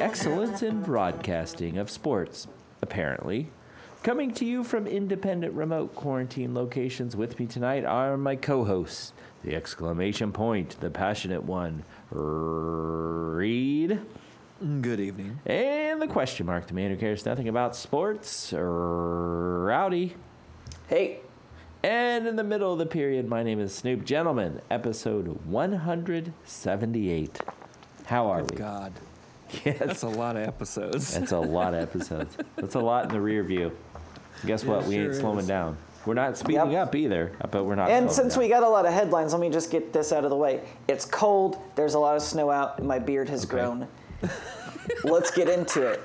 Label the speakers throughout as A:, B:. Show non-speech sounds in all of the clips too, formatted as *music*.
A: excellence in broadcasting of sports, apparently. Coming to you from independent remote quarantine locations with me tonight are my co hosts, the exclamation point, the passionate one, Reed,
B: Good evening.
A: and the question mark, the man who cares nothing about sports, Rowdy.
C: Hey,
A: And in the middle of the period, my name is Snoop. Gentlemen, episode 178. How are we?
B: God,
A: Yes.
B: that's a lot of episodes.
A: That's a lot of episodes. That's a lot in the rear view. Guess what?
B: it
A: we ain't
B: sure
A: slowing
B: is.
A: down. We're not speeding
C: Yep.
A: up either, but we're not.
C: and
A: slowing
C: since
A: down.
C: we got a lot of headlines, let me just get this out of the way. It's cold, there's a lot of snow out, and my beard has *laughs* grown. Let's get into it.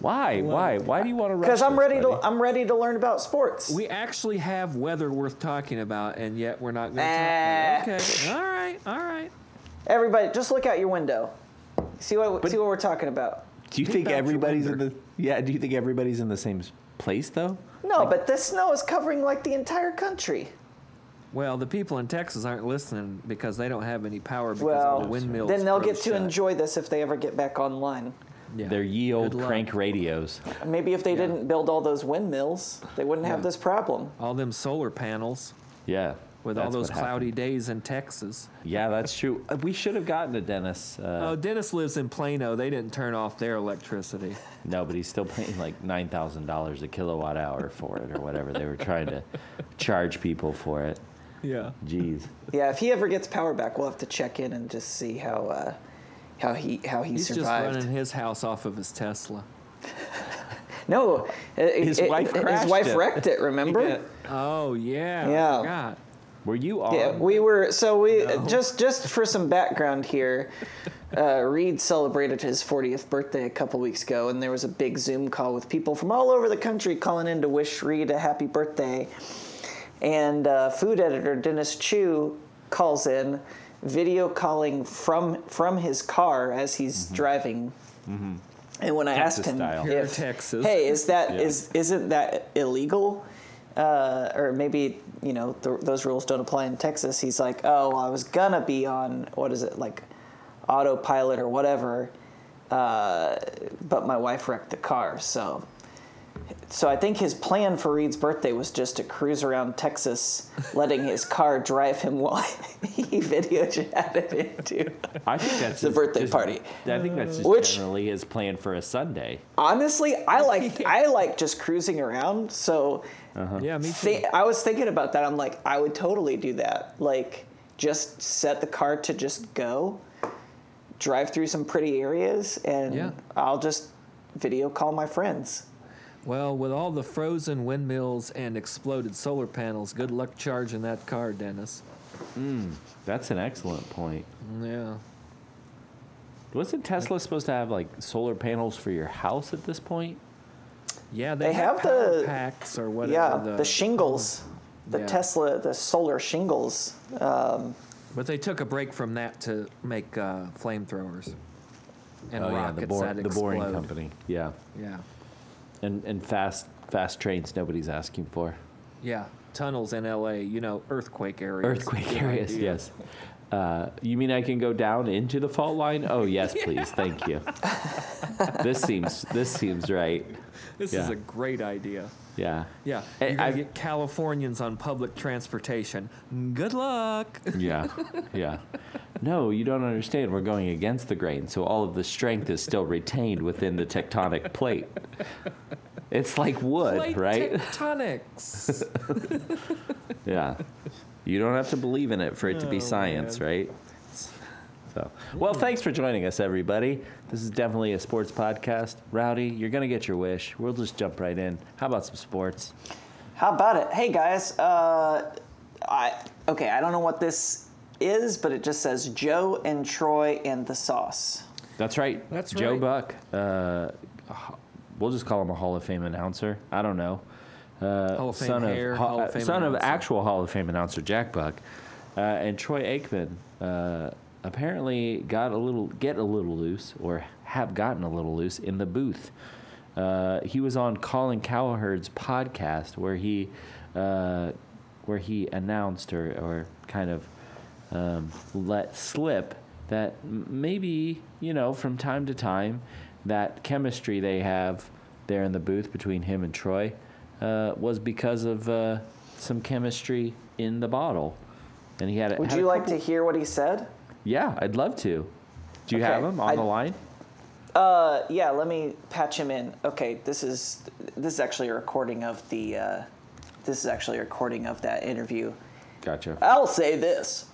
A: why, why, why do you want to rush?
C: Because I'm
A: this,
C: ready to
A: buddy?
C: I'm ready to learn about sports.
B: We actually have weather worth talking about, and yet we're not going to
C: Ah.
B: talk about it. Okay, all right, all right.
C: Everybody, just look out your window. See what see what we're talking about.
A: Do you think
B: about your
A: everybody's in the? Yeah. Do you think everybody's in the same s- place though?
C: No, but this snow is covering like the entire country.
B: Well, the people in Texas aren't listening because they don't have any power because
C: Well,
B: all the windmills.
C: then they'll
B: froze
C: get to
B: shut.
C: enjoy this if they ever get back online.
B: Yeah.
A: They're ye
B: Good
A: old
B: luck.
A: crank radios.
C: Maybe if they didn't build all those windmills, they wouldn't have
B: Yeah.
C: this problem.
B: All them solar panels
A: Yeah.
B: with all
A: that's
B: those
A: what happened.
B: cloudy days in Texas.
A: Yeah, that's true. Uh, We should have gotten a Dennis. Uh,
B: oh, Dennis lives in Plano. They didn't turn off their
C: *laughs*
B: electricity.
A: No, but he's still paying like nine thousand dollars a kilowatt hour for it, or whatever they were trying to charge people for it.
B: yeah.
A: Jeez.
C: Yeah, if he ever gets power back, we'll have to check in and just see how uh, how he how he
B: He's
C: survived.
B: just running his house off of his Tesla.
C: No, it-
A: His
C: it-
A: wife crashed
C: his wife
A: it.
C: wrecked it. Remember?
B: Oh yeah. I
C: Yeah.
B: forgot.
A: Were you on?
C: yeah, we were so we just just for some background here. Uh, Reed celebrated his 40th birthday a couple weeks ago, and there was a big Zoom call with people from all over the country calling in to wish Reed a happy birthday. And uh, food editor Dennis Chu calls in, video calling from from his car as he's
A: Mm-hmm.
C: driving. And when I
A: Texas
C: asked him,
A: style.
B: Pure
C: if-
B: Texas.
C: hey, is that
A: Yeah.
C: is- isn't that illegal? Uh, or maybe you know th- those rules don't apply in Texas. He's like, oh, well, I was gonna be on what is it like autopilot or whatever, uh, but my wife wrecked the car. So, so I think his plan for Reed's birthday was just to cruise around Texas, letting his car drive him *laughs* while he video chatted into.
A: I think
C: *laughs*
A: that's
C: The
A: his-
C: birthday
A: just-
C: party.
A: I think that's just
C: Which-
A: generally his plan for a Sunday.
C: Honestly, I like I like just cruising around. So
B: Yeah, me too.
C: Thi- I was thinking about that. I'm like, I would totally do that. Like, just set the car to just go, drive through some pretty areas, and
B: Yeah.
C: I'll just video call my friends.
B: Well, with all the frozen windmills and exploded solar panels, good luck charging that car, Dennis.
A: That's an excellent point.
B: Yeah.
A: Wasn't Tesla supposed to have like solar panels for your house at this point?
B: Yeah, they,
C: They
B: have,
C: have the-
B: power packs or whatever.
C: yeah, the, shingles, the
B: Yeah.
C: Tesla, the solar shingles. Um,
B: But they took a break from that to make uh, flamethrowers and
A: Oh, yeah,
B: rockets
A: the, bor-
B: that
A: the boring
B: explode.
A: company. Yeah,
B: Yeah.
A: and and fast fast trains. Nobody's asking for
B: Yeah. Tunnels in LA, you know, earthquake areas.
A: earthquake
B: Good
A: areas.
B: idea.
A: Yes. Uh, you mean I can go down into the fault line? Oh
C: *laughs*
A: yes, please. Thank you. this seems this seems right.
B: This is
A: Yeah.
B: a great idea.
A: Yeah.
B: Yeah.
A: Hey,
B: You're gonna
A: I've-
B: get Californians on public transportation. Good luck.
A: Yeah, yeah. No, you don't understand. We're going against the grain, so all of the strength is still retained within the tectonic plate. It's like wood,
B: Plate
A: right?
B: Tectonics.
A: *laughs* yeah. You don't have to believe in it for it to be
B: Oh,
A: science,
B: man.
A: right? So, well, thanks for joining us, everybody. This is definitely a sports podcast. Rowdy, you're gonna get your wish. We'll just jump right in. How about some sports?
C: how about it? Hey guys, uh, I okay. I don't know what this is, but it just says Joe and Troy and the sauce.
A: That's right.
B: That's
A: Joe
B: right.
A: Buck. Uh, h- we'll just call him a Hall of Fame announcer. I don't know. Uh,
B: Hall of Fame
A: son
B: hair,
A: of, Hall-
B: Hall of
A: uh,
B: Fame
A: son of
B: announcer.
A: actual Hall of Fame announcer Jack Buck, uh, and Troy Aikman uh, apparently got a little get a little loose or have gotten a little loose in the booth. Uh, he was on Colin Cowherd's podcast where he uh, where he announced or, or kind of um, let slip that m- maybe, you know, from time to time, that chemistry they have there in the booth between him and Troy uh, was because of uh, some chemistry in the bottle. And he had a,
C: Would
A: had a
C: you like
A: couple-
C: to hear what he said?
A: Yeah, I'd love to. Do you
C: Okay,
A: have him on
C: I-
A: the line?
C: Uh, yeah, let me patch him in. Okay, this is this is actually a recording of the uh, this is actually a recording of that interview.
A: Gotcha.
C: I'll say this.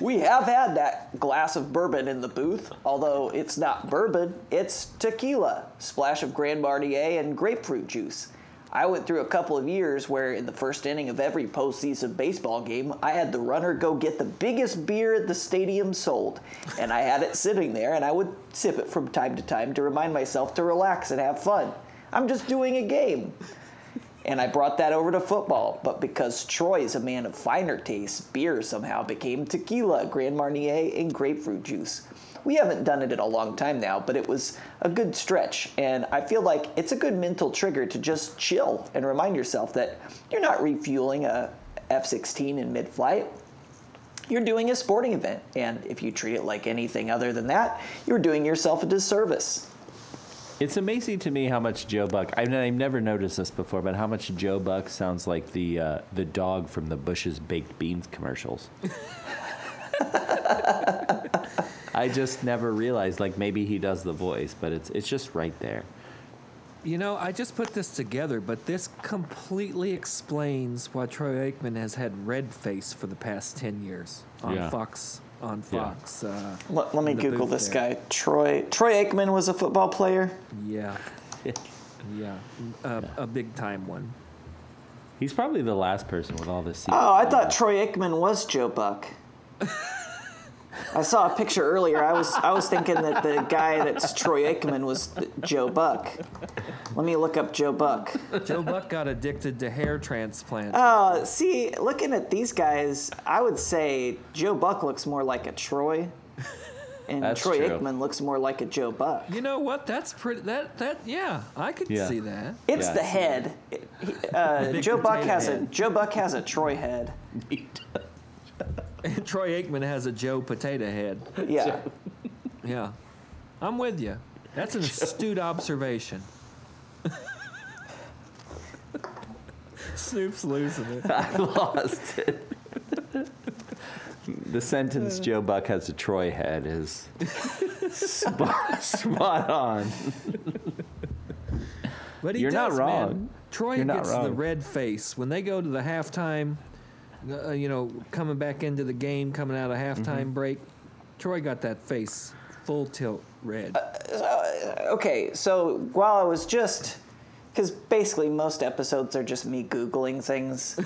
C: We have had that glass of bourbon in the booth, although it's not bourbon, it's tequila, splash of Grand Marnier, and grapefruit juice. I went through a couple of years where, in the first inning of every postseason baseball game, I had the runner go get the biggest beer the stadium sold. And I had it sitting there, and I would sip it from time to time to remind myself to relax and have fun. I'm just doing a game. And I brought that over to football, but because Troy is a man of finer tastes, beer somehow became tequila, Grand Marnier, and grapefruit juice. We haven't done it in a long time now, but it was a good stretch, and I feel like it's a good mental trigger to just chill and remind yourself that you're not refueling a F-16 in mid-flight. You're doing a sporting event, and if you treat it like anything other than that, you're doing yourself a disservice.
A: It's amazing to me how much Joe Buck. I've, I've never noticed this before, but how much Joe Buck sounds like the uh, the dog from the Bush's baked beans
C: *laughs*
A: commercials. I just never realized. Like maybe he does the voice, but it's it's just right there.
B: You know, I just put this together, but this completely explains why Troy Aikman has had red face for the past ten years on
A: Yeah.
B: Fox. On
A: Yeah.
B: Fox. Uh,
C: Let, let me
B: in the
C: Google
B: booth
C: this
B: there.
C: guy. Troy Troy Aikman was a football player.
A: *laughs*
B: Yeah, yeah, a, a big
A: *laughs*
B: time one.
A: He's probably the last person with all this. secret
C: *laughs* Oh, I thought
A: knowledge.
C: Troy Aikman was Joe Buck. I saw a picture earlier. I was I was thinking that the guy that's Troy Aikman was Joe Buck. Let me look up Joe Buck.
B: Joe Buck got addicted to hair transplants.
C: Uh, see, looking at these guys, I would say Joe Buck looks more like a Troy, and
A: That's
C: Troy
A: true.
C: Aikman looks more like a Joe Buck.
B: you know what? That's pretty. That that yeah, I could
A: Yeah.
B: see that. *laughs*
C: It's
A: Yeah,
C: the
A: I see
C: head. It- he- uh,
B: big
C: Joe Buck
B: potato
C: has a
B: head.
C: Joe Buck has a Troy head.
B: Troy Aikman has a Joe Potato Head.
C: Yeah.
B: Yeah, I'm with you. That's an astute observation. Snoop's losing it.
A: I lost it. the
C: Uh.
A: sentence Joe Buck has a Troy head is spot, *laughs* spot on.
B: But he
A: You're not
B: does,
A: wrong.
B: Man. Troy
A: You're not
B: gets the
A: wrong.
B: red face when they go to the halftime. Uh, you know, coming back into the game, coming out of halftime
A: Mm-hmm.
B: break, Troy got that face full tilt red.
A: Uh,
C: okay, so while I was just, because basically most episodes are just me googling things.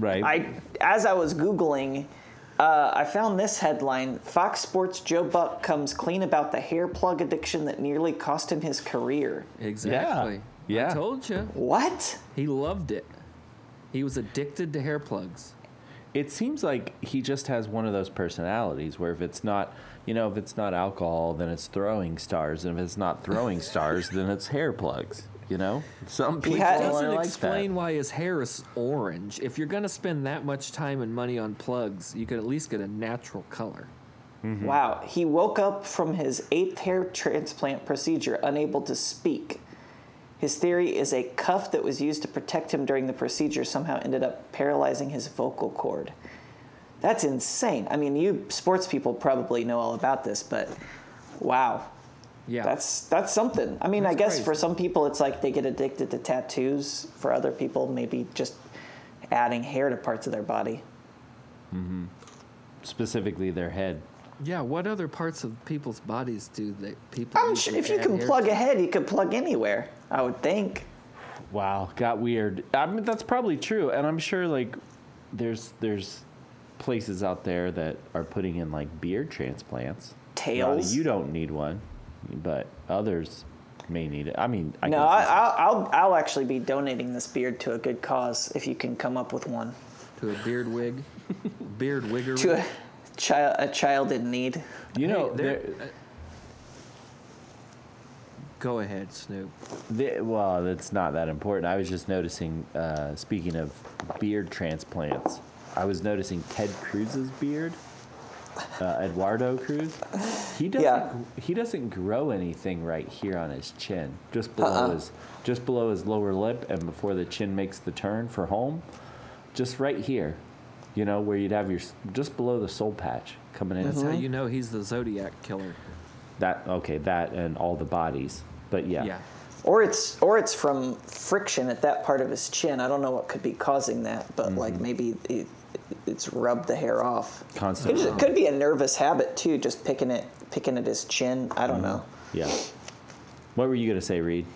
A: Right.
C: I, as I was googling, uh, I found this headline: Fox Sports Joe Buck comes clean about the hair plug addiction that nearly cost him his career.
B: exactly.
A: Yeah.
B: I told you.
C: What?
B: He loved it. He was addicted to hair plugs.
A: it seems like he just has one of those personalities where if it's not you know if it's not alcohol then it's throwing stars and if it's not
C: *laughs*
A: throwing stars then it's hair plugs you know some people
C: had-
B: It
A: are
B: doesn't
A: like
B: explain
A: that.
B: why his hair is orange. If you're going to spend that much time and money on plugs, you could at least get a natural color. Mm-hmm.
C: Wow. He woke up from his eighth hair transplant procedure unable to speak. His theory is a cuff that was used to protect him during the procedure somehow ended up paralyzing his vocal cord. That's insane. I mean, you sports people probably know all about this, but wow.
B: Yeah.
C: That's that's something. I mean, I
B: That's
C: guess
B: crazy.
C: for some people it's like they get addicted to tattoos. For other people, maybe just adding hair to parts of their body.
A: specifically their head
B: yeah, what other parts of people's bodies do that people
C: I'm
B: use
C: sure
B: with
C: if you
B: that
C: can
B: hair
C: plug
B: to?
C: a head, you can plug anywhere. I would think.
A: wow got weird i mean that's probably true and i'm sure like there's there's places out there that are putting in like beard transplants Now,
C: Tails.
A: you don't need one but others may need it i mean i
C: no,
A: can
C: I,
A: see some-
C: I'll, I'll I'll actually be donating this beard to a good cause if you can come up with one
B: to a beard wig.
C: *laughs*
B: beard wigger.
C: to a child a child in need.
A: you know
B: there-
A: there-
B: Go ahead, Snoop.
A: The, well, that's not that important. I was just noticing. Uh, speaking of beard transplants, I was noticing Ted Cruz's beard uh, Eduardo Cruz. He doesn't.
C: Yeah.
A: He doesn't grow anything right here on his chin, just below
C: Uh-uh.
A: his just below his lower lip, and before the chin makes the turn for home, just right here, you know, where you'd have your s- just below the soul patch coming in.
B: That's
C: Mm-hmm.
B: how you know he's the Zodiac killer.
A: That okay, that and all the bodies, but yeah,
B: yeah.
C: or it's or it's from friction at that part of his chin. I don't know what could be causing that, but like maybe it, it's rubbed the hair off. Could,
A: constantly.
C: just, could be a nervous habit too, just picking it picking at his chin. I don't know.
A: Yeah. What were you gonna say, Reed?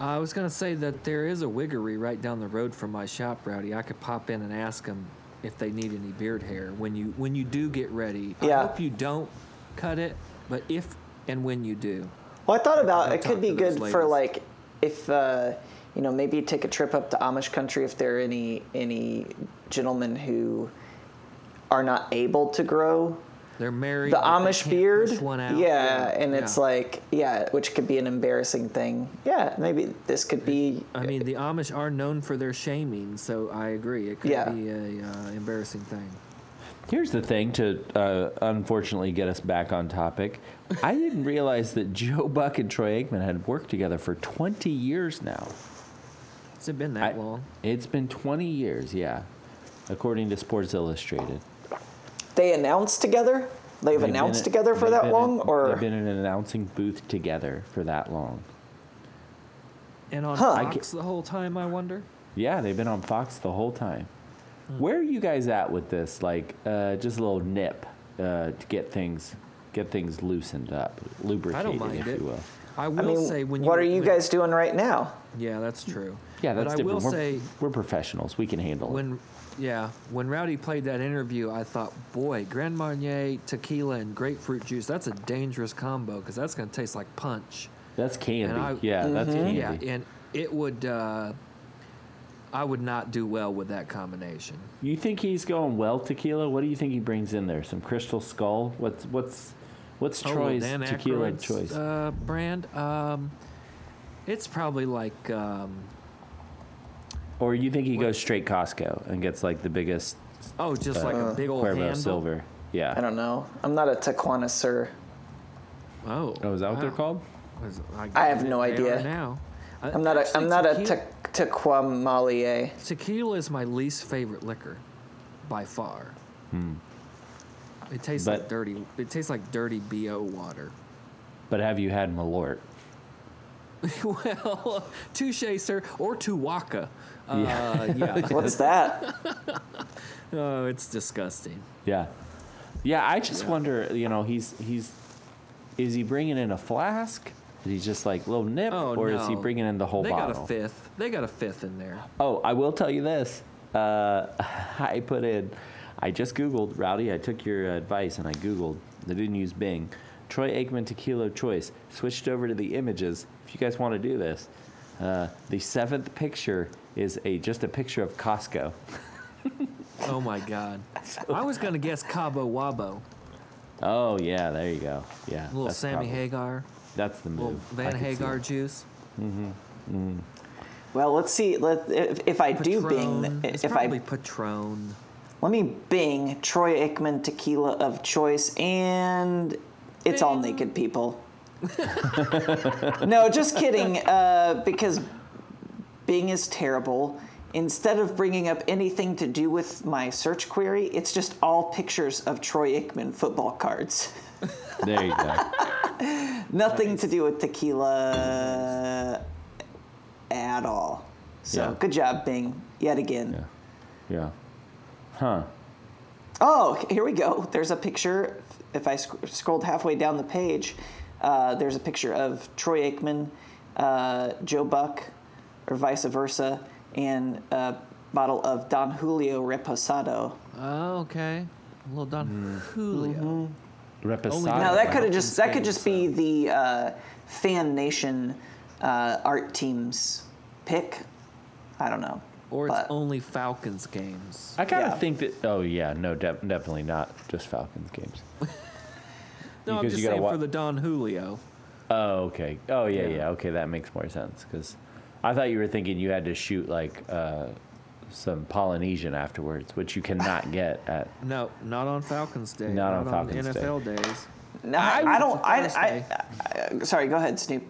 B: I was gonna say that there is a wiggery right down the road from my shop, Rowdy. I could pop in and ask them if they need any beard hair when you when you do get ready.
C: Yeah.
B: I hope you don't cut it, but if and when you do,
C: Well, I thought about
B: I'll
C: it could
B: talk
C: be
B: to those
C: good for
B: ladies.
C: like if uh, you know maybe take a trip up to Amish country if there are any any gentlemen who are not able to grow
B: they're married.
C: the
B: but they
C: Amish
B: can't
C: beard.
B: push one out.
C: Yeah, and it's
B: yeah.
C: like yeah, which could be an embarrassing thing. Yeah, maybe this could be.
B: I mean, the Amish are known for their shaming, so I agree. It could
C: Yeah.
B: be a uh, embarrassing thing.
A: Here's the thing to uh, unfortunately get us back on topic. I didn't realize that Joe Buck and Troy Aikman had worked together for 20 years now.
B: Has it been that
A: I-
B: long?
A: It's been 20 years, yeah, according to Sports Illustrated.
C: they announced together. They've,
A: They've
C: announced
A: been-
C: together for
A: they've
C: that
A: been
C: long,
A: in-
C: or
A: they've been in an announcing booth together for that long.
B: And on
C: Huh. I
B: Fox the whole time, I wonder.
A: Yeah, they've been on Fox the whole time. Where are you guys at with this? Like, uh, just a little nip uh, to get things get things loosened up, lubricated,
B: I don't mind
A: if
B: it.
A: you will.
B: I will
C: I mean,
B: say when you
C: what are you
B: when-
C: guys doing right now?
B: Yeah, that's true.
A: Yeah, that's
B: but I
A: different.
B: will
A: we're,
B: say
A: we're professionals. We can handle it.
B: when yeah when Rowdy played that interview, I thought, boy, Grand Marnier tequila and grapefruit juice. That's a dangerous combo because that's going to taste like punch.
A: That's candy.
B: and I- Mm-hmm.
A: yeah, that's
C: Mm-hmm.
A: candy.
B: Yeah, and it would. Uh, I would not do well with that combination.
A: You think he's going well tequila? What do you think he brings in there? Some Crystal Skull? What's what's what's
B: Oh,
A: Troy's
B: Dan
A: tequila
B: Aykroyd's,
A: choice?
B: uh, brand. Um, it's probably like um,
A: or you think he goes straight Costco and gets like the biggest
B: oh, just like
C: Uh,
B: a big old
A: Cuervo
B: handle.
A: silver? Yeah.
C: I don't know. I'm not a Taquana sir.
B: Oh,
A: Oh, is that what they're
B: wow.
A: called?
B: Was-
C: I have no
B: they are
C: idea.
B: now. I-
C: I'm not a.
B: actually,
C: I'm not a
B: tequila-
C: Taqu- Taquamalier.
B: Tequila is my least favorite liquor, by far. It tastes
A: Hmm. But-
B: like dirty. It tastes like dirty bo water. *laughs*
A: But have you had Malort?
B: well, touche, sir, or Tuwaka. Uh,
A: Yeah. *laughs*
B: yeah.
C: What's that?
B: oh, it's disgusting.
A: Yeah. Yeah, I just wonder, you know, he's he's is he bringing in a flask? Is he just like little nip
B: Oh
A: or
B: no.
A: is he bringing in the whole
B: they
A: bottle?
B: got a fifth. They got a fifth in there.
A: Oh, I will tell you this. Uh, *laughs* I put in, I just Googled, Rowdy, I took your advice and I Googled. I didn't use Bing. Troy Aikman Tequila Choice. Switched over to the images. If you guys want to do this, uh, the seventh picture is a just a picture of Costco.
B: Oh my
A: *laughs*
B: god. I was gonna guess Cabo Wabo.
A: Oh, yeah, there you go. Yeah.
B: A little
A: that's
B: Sammy
A: probably-
B: Hagar.
A: That's the
B: A little
A: move. I
B: Van
A: could see
B: Hagar
A: it.
B: juice.
C: Well, let's see. Let if, if I do Bing,
B: Patron. It's
C: if
B: probably
C: I
B: Patron.
C: let me Bing Troy Aikman tequila of choice, and it's all naked people. *laughs* no, just kidding. Uh, because Bing is terrible. Instead of bringing up anything to do with my search query, it's just all pictures of Troy Aikman football cards.
A: There you go.
C: Nothing to do with tequila at all. So
A: Yeah.
C: good job, Bing, yet again.
A: Yeah. Yeah. Huh.
C: Oh, here we go. There's a picture. If I sc- scrolled halfway down the page, uh, there's a picture of Troy Aikman, uh, Joe Buck, or vice versa, and a bottle of Don Julio Reposado.
B: Oh, okay. A little Don
A: Hmm.
B: Julio.
A: Reposado.
C: Now that could
B: Falcons
C: have just that could
B: fans,
C: just be the uh, Fan Nation uh, art team's pick. I don't know.
B: Or it's
C: But-
B: only Falcons games.
A: I kind of
C: Yeah.
A: think that. Oh yeah, no, def- definitely not just Falcons games.
B: No, I'm
A: because
B: just
A: you gotta
B: saying
A: wa-
B: for the Don Julio.
A: Oh okay. Oh yeah, yeah.
B: Yeah.
A: Okay, that makes more sense because I thought you were thinking you had to shoot like uh, some Polynesian afterwards, which you cannot get at.
B: No, not on Falcons Day.
A: Not on Falcons Day.
B: NFL days.
C: No,
A: I
C: I,
A: would
C: don't. I,
B: prefer
C: I, I- Sorry, go ahead, Snoop.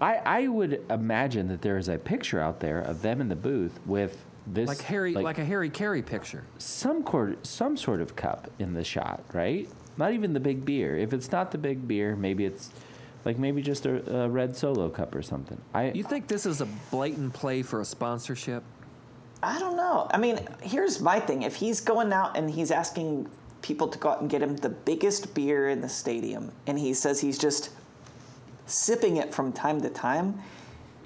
A: I, I would imagine that there is a picture out there of them in the booth with this
B: Like Harry, like, a Harry Carey picture.
A: some court, some sort of cup in the shot, right? Not even the big beer. If it's not the big beer, maybe it's like maybe just a, a red solo cup or something. I
B: You think this is a blatant play for a sponsorship?
C: I don't know. I mean, here's my thing. If he's going out and he's asking people to go out and get him the biggest beer in the stadium, and he says he's just sipping it from time to time,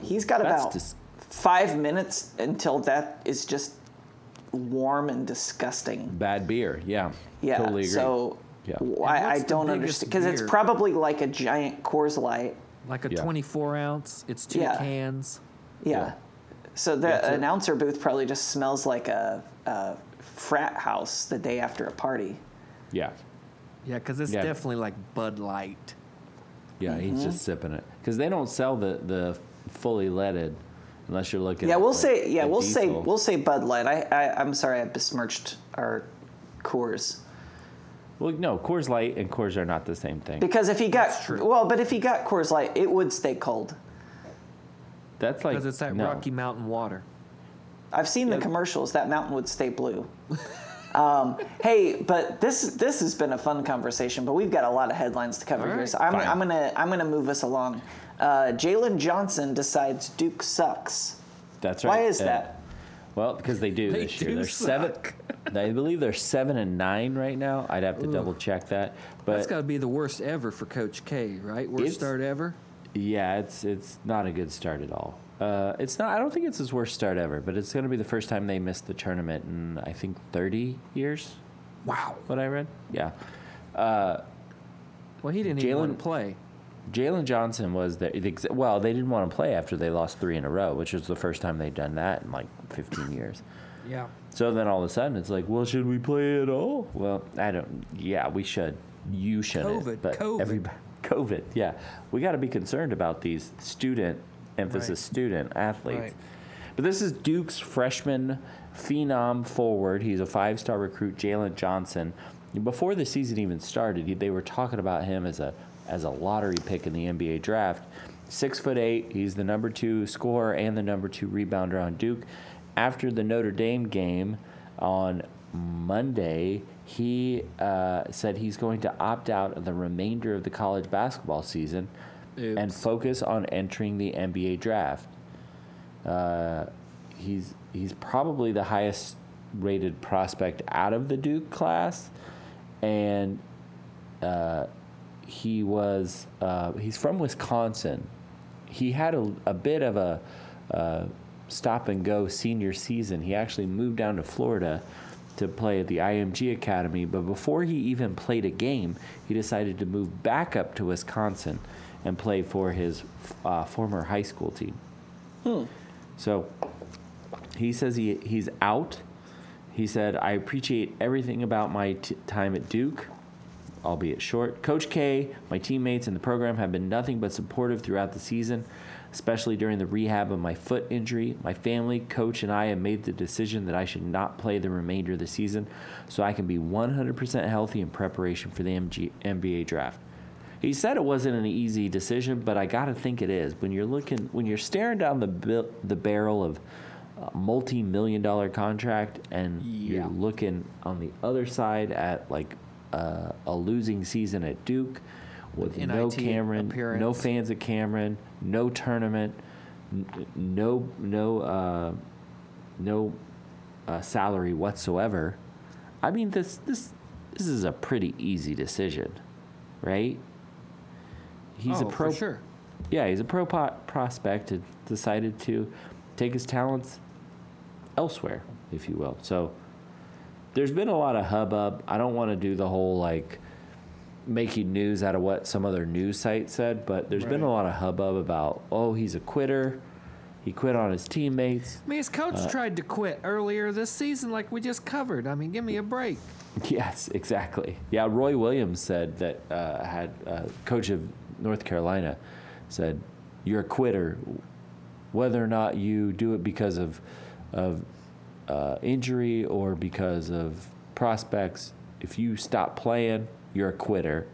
C: he's got
A: That's
C: about
A: dis-
C: five minutes until that is just warm and disgusting.
A: bad beer. Yeah.
C: Yeah.
A: Totally agree.
C: So
A: Yeah.
C: why
B: And
C: I
B: what's the
C: don't
B: biggest
C: understand because it's
B: beer?
C: probably like a giant Coors Light.
B: Like a
A: Yeah.
B: 24 ounce? It's two
C: Yeah.
B: cans.
C: Yeah.
A: Yeah.
C: So the
A: That's it.
C: announcer booth probably just smells like a, a frat house the day after a party.
A: yeah.
B: Yeah, because it's
A: Yeah.
B: definitely like Bud Light.
A: Yeah,
C: Mm-hmm.
A: he's just sipping it because they don't sell the the fully leaded unless you're looking.
C: Yeah,
A: at
C: we'll
A: like
C: say. Yeah,
A: a
C: we'll say.
A: diesel.
C: We'll say Bud Light. I, I I'm sorry, I besmirched our Coors
A: Well, no, Coors Light and Coors are not the same thing.
C: because if he got
B: true.
C: well, but if he got Coors Light, it would stay cold.
A: That's like
B: Because it's that
A: no.
B: Rocky Mountain water.
C: I've seen the commercials. That mountain would
A: *laughs*
C: stay blue. um, hey, but this this has been a fun conversation. But we've got a lot of headlines to cover
B: All
C: here,
B: right.
C: so I'm,
A: Fine.
C: I'm gonna I'm gonna move us along. Uh, Jalen Johnson decides Duke sucks.
A: That's right. *laughs*
C: Why is
A: Uh,
C: that?
A: Well, because they do
B: They
A: this year.
B: do
A: They're seven. *laughs*
B: suck.
A: I believe they're seven and nine right now. I'd have to double check that,
B: That's
A: but
B: got to be the worst ever for Coach K, right? Worst
A: It's-
B: start ever.
A: yeah, it's it's not a good start at all. Uh, it's not. I don't think it's his worst start ever, but it's going to be the first time they missed the tournament in I think 30 years.
B: Wow.
A: What I read. Yeah,
B: Well, he didn't even want
A: Jalen-
B: to play.
A: Jalen Johnson was the, the ex- well. They didn't want to play after they lost three in a row, which was the first time they'd done that in like 15 years.
B: Yeah.
A: So then all of a sudden it's like, well, should we play at all? Well, I don't. Yeah, we should. You shouldn't.
B: COVID,
A: but
B: COVID.
A: everybody, COVID. Yeah, we got to be concerned about these student emphasis
B: Right.
A: student athletes.
B: Right.
A: But this is Duke's freshman phenom forward. He's a five-star recruit, Jalen Johnson. Before the season even started, he- they were talking about him as a as a lottery pick in the NBA draft. Six foot eight, he's the number two scorer and the number two rebounder on Duke. After the Notre Dame game on Monday, he uh, said he's going to opt out of the remainder of the college basketball season and
B: Oops.
A: focus on entering the NBA draft he's he's probably the highest rated prospect out of the Duke class, and uh, he was uh, he's from Wisconsin. He had a, a bit of a uh, stop and go senior season. He actually moved down to Florida to play at the IMG Academy, but before he even played a game, he decided to move back up to Wisconsin and play for his uh, former high school team. So he says he, he's out. He said, I appreciate everything about my t- time at Duke, albeit short. Coach K, my teammates, and the program have been nothing but supportive throughout the season, especially during the rehab of my foot injury. My family, coach, and I have made the decision that I should not play the remainder of the season so I can be 100% healthy in preparation for the MG- NBA draft. He said it wasn't an easy decision, but I got to think it is. When you're looking, when you're staring down the bil- the barrel of a multi-million dollar contract, and
B: Yeah.
A: you're looking on the other side at like uh, a losing season at Duke with
B: An
A: no
B: NIT
A: Cameron, no
B: appearance.
A: fans of Cameron, no tournament, n- no no uh, no uh, salary whatsoever. I mean, this this this is a pretty easy decision, right? He's
B: Oh,
A: a
B: for
A: pro.
B: sure.
A: Yeah, he's a pro po- prospect and decided to take his talents elsewhere, if you will. So there's been a lot of hubbub. I don't want to do the whole like making news out of what some other news site said, but there's been a
B: Right.
A: lot of hubbub about, oh, he's a quitter. He quit on his teammates.
B: I mean, his coach
A: Uh,
B: tried to quit earlier this season, like we just covered. I mean, give me a break.
A: *laughs* Yes, exactly. Yeah, Roy Williams said that uh, had uh, coach of North Carolina said, "You're a quitter, whether or not you do it because of of uh, injury or because of prospects, if you stop playing, you're a quitter.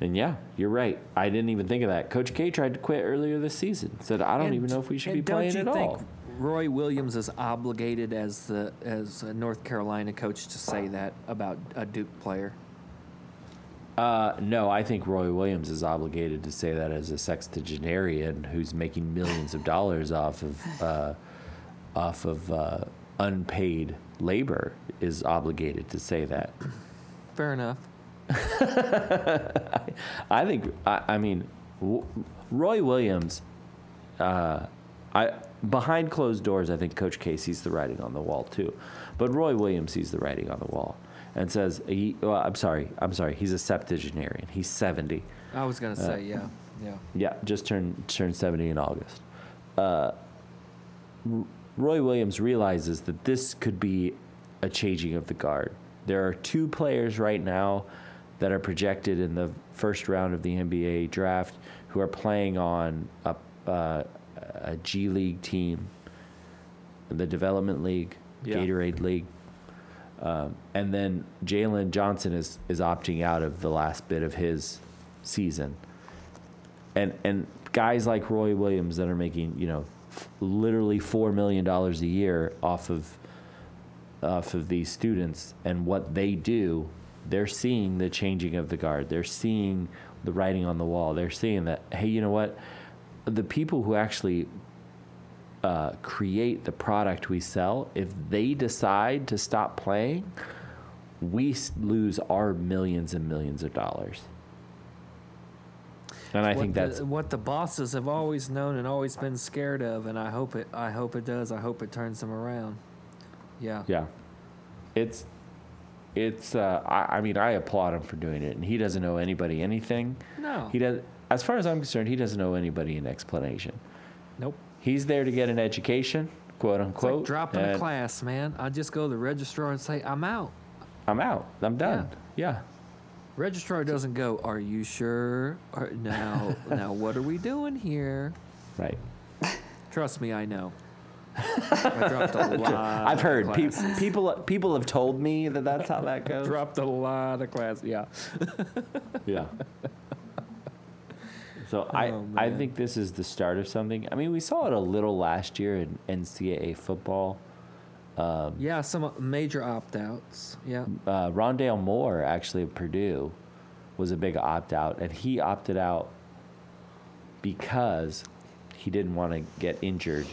A: And yeah, you're right. I didn't even think of that. Coach K tried to quit earlier this season. Said, I don't
B: And-
A: even know if we should
B: and
A: be playing at
B: don't you think
A: all.
B: Roy Williams is obligated as the as a North Carolina coach to say that about a Duke player.
A: Uh, no, I think Roy Williams is obligated to say that as a sextagenarian who's making millions of dollars off of uh, off of uh, unpaid labor is obligated to say that.
B: Fair enough.
A: I think I, I mean w- Roy Williams. Uh, I behind closed doors, I think Coach K sees the writing on the wall too, but Roy Williams sees the writing on the wall and says, he, well, "I'm sorry, I'm sorry." He's a septuagenarian. He's seventy.
B: I was
A: Uh,
B: gonna say yeah, yeah.
A: Yeah, just turned turned 70 in August. Uh, R- Roy Williams realizes that this could be a changing of the guard. There are two players right now that are projected in the first round of the NBA draft who are playing on a, uh, a G League team, the Development League,
B: Yeah.
A: Gatorade League. Um, and then Jalen Johnson is, is opting out of the last bit of his season and and guys like Roy Williams that are making you know f- literally four million dollars a year off of off of these students and what they do, they're seeing the changing of the guard. They're seeing the writing on the wall. They're seeing that hey, you know what, the people who actually uh, create the product we sell, if they decide to stop playing, we s- lose our millions and millions of dollars. And I
B: what
A: think
B: the,
A: that's
B: what the bosses have always known and always been scared of, and I hope it. I hope it does. I hope it turns them around. Yeah.
A: Yeah. It's it's uh I, I mean I applaud him for doing it and he doesn't owe anybody anything.
B: No.
A: He does as far as I'm concerned, he doesn't owe anybody an explanation.
B: nope.
A: He's there to get an education, quote
B: It's like
A: unquote.
B: dropping a
A: and
B: class, man. I just go to the registrar and say I'm out.
A: I'm out. I'm done. Yeah.
B: Registrar doesn't go. Are you sure? Are, now, now, what are we doing here?
A: Right.
B: Trust me, I know. I
A: *laughs*
B: dropped a lot.
A: I've
B: of
A: heard pe-
B: class.
A: people people have told me that that's how that goes.
B: dropped a lot of class. Yeah. *laughs*
A: Yeah. So I
B: Oh,
A: I
B: man.
A: think this is the start of something. I mean, we saw it a little last year in NCAA football.
B: Yeah. Some uh, major opt outs. Yeah.
A: uh, Rondale Moore, actually of Purdue, was a big opt out, and he opted out because he didn't want to get injured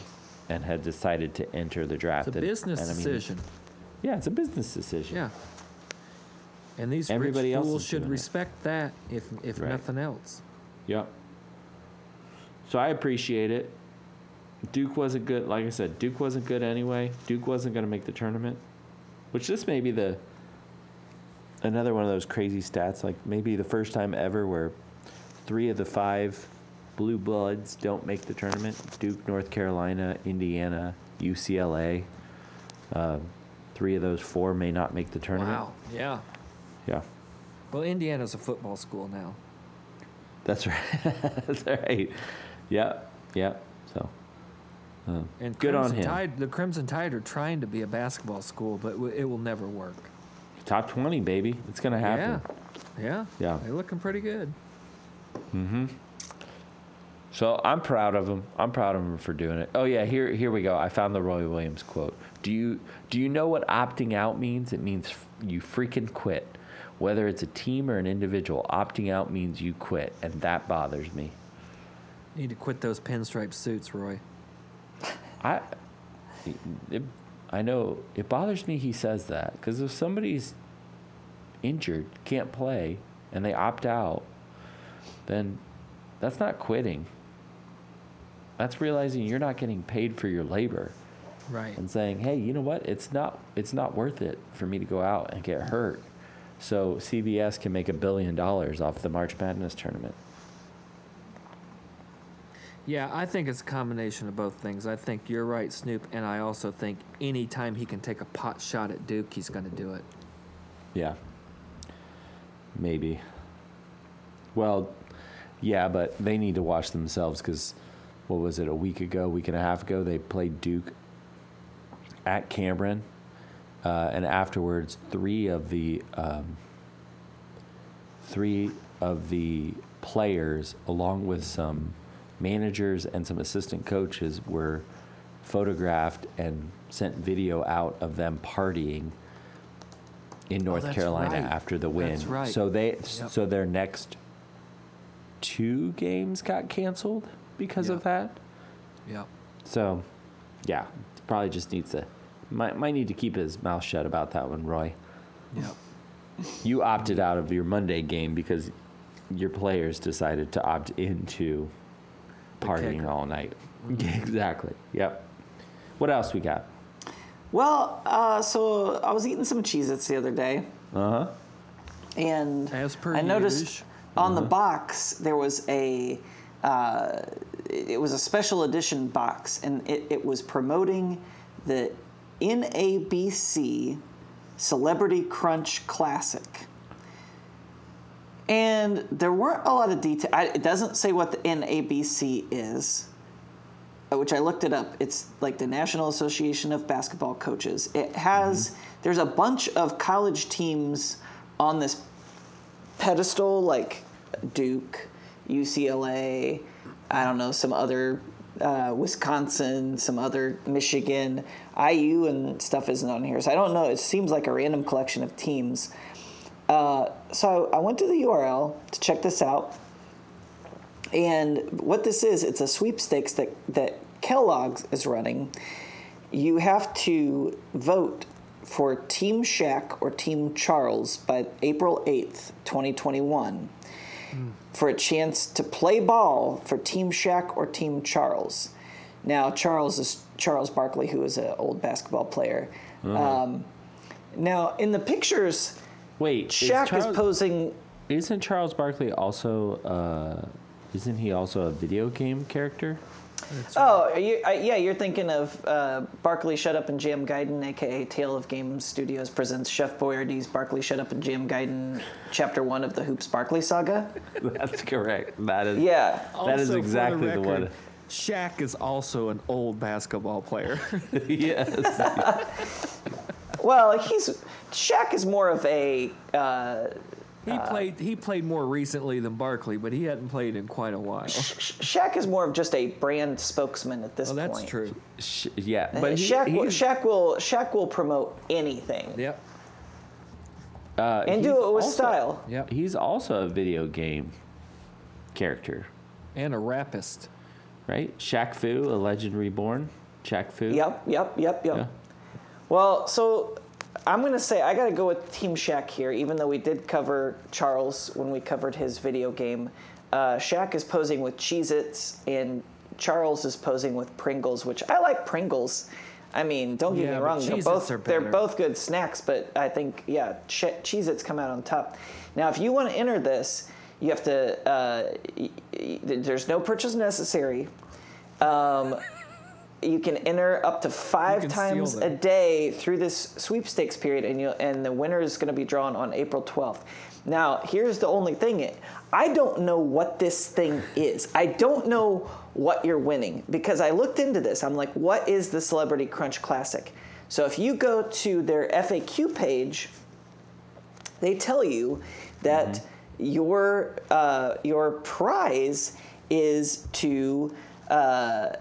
A: and had decided to enter the draft.
B: It's a
A: And-
B: business
A: and I mean,
B: decision.
A: Yeah, it's a business decision.
B: Yeah. And these
A: Everybody
B: rich
A: else
B: fools
A: is
B: should
A: doing it.
B: respect that, if if
A: Right.
B: nothing else.
A: Yep. So I appreciate it. Duke wasn't good. Like I said, Duke wasn't good anyway. Duke wasn't going to make the tournament, which this may be the another one of those crazy stats. Like maybe the first time ever where three of the five blue bloods don't make the tournament: Duke, North Carolina, Indiana, UCLA. Um, three of those four may not make the tournament.
B: Wow. Yeah.
A: Yeah,
B: Well, Indiana's a football school now.
A: that's *laughs* right. that's right. Yep. Yep. So. um,
B: And
A: Good on
B: Crimson
A: him.
B: Tide, the Crimson Tide are trying to be a basketball school, but w- it will never work.
A: Top 20, baby. It's going to happen.
B: Yeah. Yeah.
A: Yeah.
B: They're looking pretty good.
A: So I'm proud of him. I'm proud of him for doing it. Oh yeah, here here we go. I found the Roy Williams quote. Do you do you know what opting out means? It means f- you freaking quit. Whether it's a team or an individual, opting out means you quit, and that bothers me.
B: Need to quit those pinstripe suits, Roy.
A: I it, I know it bothers me he says that because if somebody's injured, can't play, and they opt out, then that's not quitting. That's realizing you're not getting paid for your labor
B: Right.
A: and saying, "Hey, you know what? It's not it's not worth it for me to go out and get hurt." So CBS can make a billion dollars off the March Madness tournament.
B: Yeah, I think it's a combination of both things. I think you're right, Snoop, and I also think anytime he can take a pot shot at Duke, he's going to do it.
A: Yeah. Maybe. Well, yeah, but they need to watch themselves because, what was it, a week ago, week and a half ago, they played Duke at Cameron, uh, and afterwards, three of the um, three of the players, along with some managers and some assistant coaches, were photographed and sent video out of them partying in North
B: Oh, that's
A: Carolina
B: right.
A: after the win.
B: That's right.
A: So they so their next two games got canceled because
B: Yeah.
A: of that.
B: Yep.
A: So, yeah, probably just needs to might might need to keep his mouth shut about that one, Roy.
B: *laughs* Yep.
A: You opted out of your Monday game because your players decided to opt into
B: The
A: partying
B: kicker.
A: all night. *laughs* exactly. Yep. What else we got?
C: Well, uh, so I was eating some Cheez-Its the other day. Uh-huh.
A: Uh huh.
C: and
B: As per
C: I noticed
B: usual.
C: on the box there was a uh, it it was a special edition box, and it, it was promoting the NABC Celebrity Crunch Classic. And there weren't a lot of detail. I, it doesn't say what the NABC is, uh, which I looked it up. It's like the National Association of Basketball Coaches. It has there's a bunch of college teams on this pedestal like Duke, UCLA, I don't know, some other uh, Wisconsin, some other Michigan, IU, and stuff isn't on here. So I don't know. It seems like a random collection of teams. Uh, so I went to the URL to check this out. And what this is, it's a sweepstakes that, that Kellogg's is running. You have to vote for Team Shaq or Team Charles by April 8th, 2021,
A: Hmm.
C: for a chance to play ball for Team Shaq or Team Charles. Now, Charles is Charles Barkley, who is an old basketball player.
A: Uh-huh.
C: Um, now, in the pictures,
A: Wait, is
C: Shaq is
A: Charles-
C: posing
A: Isn't Charles Barkley also? Uh, isn't he also a video game character?
C: Oh, are you, I, yeah, you're thinking of uh, Barkley Shut Up and Jam Gaiden, aka Tale of Game Studios presents Chef Boyardee's Barkley Shut Up and Jam Gaiden, Chapter 1 of the Hoops Barkley Saga.
A: That's correct. That is.
C: Yeah.
A: That is
D: Also, for
A: exactly the one. *laughs*
D: record, Shaq is also an old basketball player.
A: *laughs* yes.
C: Well, he's. Shaq is more of a. Uh,
B: *laughs* He played. He played more recently than Barkley, but he hadn't played in quite a while.
C: Sh- Shaq is more of just a brand spokesman at this
B: Oh,
C: point.
B: that's true.
A: Sh- yeah,
C: But
A: but he,
C: Shaq, will-
A: he's-
C: Shaq will Shaq will promote anything
B: Yep.
A: uh,
C: and do
A: he's
C: it with
A: also-
C: style.
B: Yep.
A: He's also a video game character,
B: And a rapist.
A: right? Shaq Fu, a legend reborn. Shaq Fu.
C: Yep, yep, yep, yep.
A: Yeah.
C: Well, so I'm going to say I got to go with Team Shaq here, even though we did cover Charles when we covered his video game. Uh, Shaq is posing with Cheez Its, and Charles is posing with Pringles, which I like Pringles. I mean, don't get
B: Yeah,
C: me
B: but
C: wrong, they're
B: Cheez-Its
C: both,
B: are
C: they're
B: better.
C: both good snacks, but I think, yeah, che- Cheez Its come out on top. Now, if you want to enter this, you have to, uh, y- y- there's no purchase necessary. Um, you can enter up to five
B: can steal
C: times a
B: them.
C: day through this sweepstakes period, and you and the winner is going to be drawn on April 12th. Now, here's the only thing: I don't know what this thing is. I don't know what you're winning because I looked into this. I'm like, what is the Celebrity Crunch Classic? So if you go to their FAQ page, they tell you that
B: Mm-hmm.
C: your uh, your prize is to uh,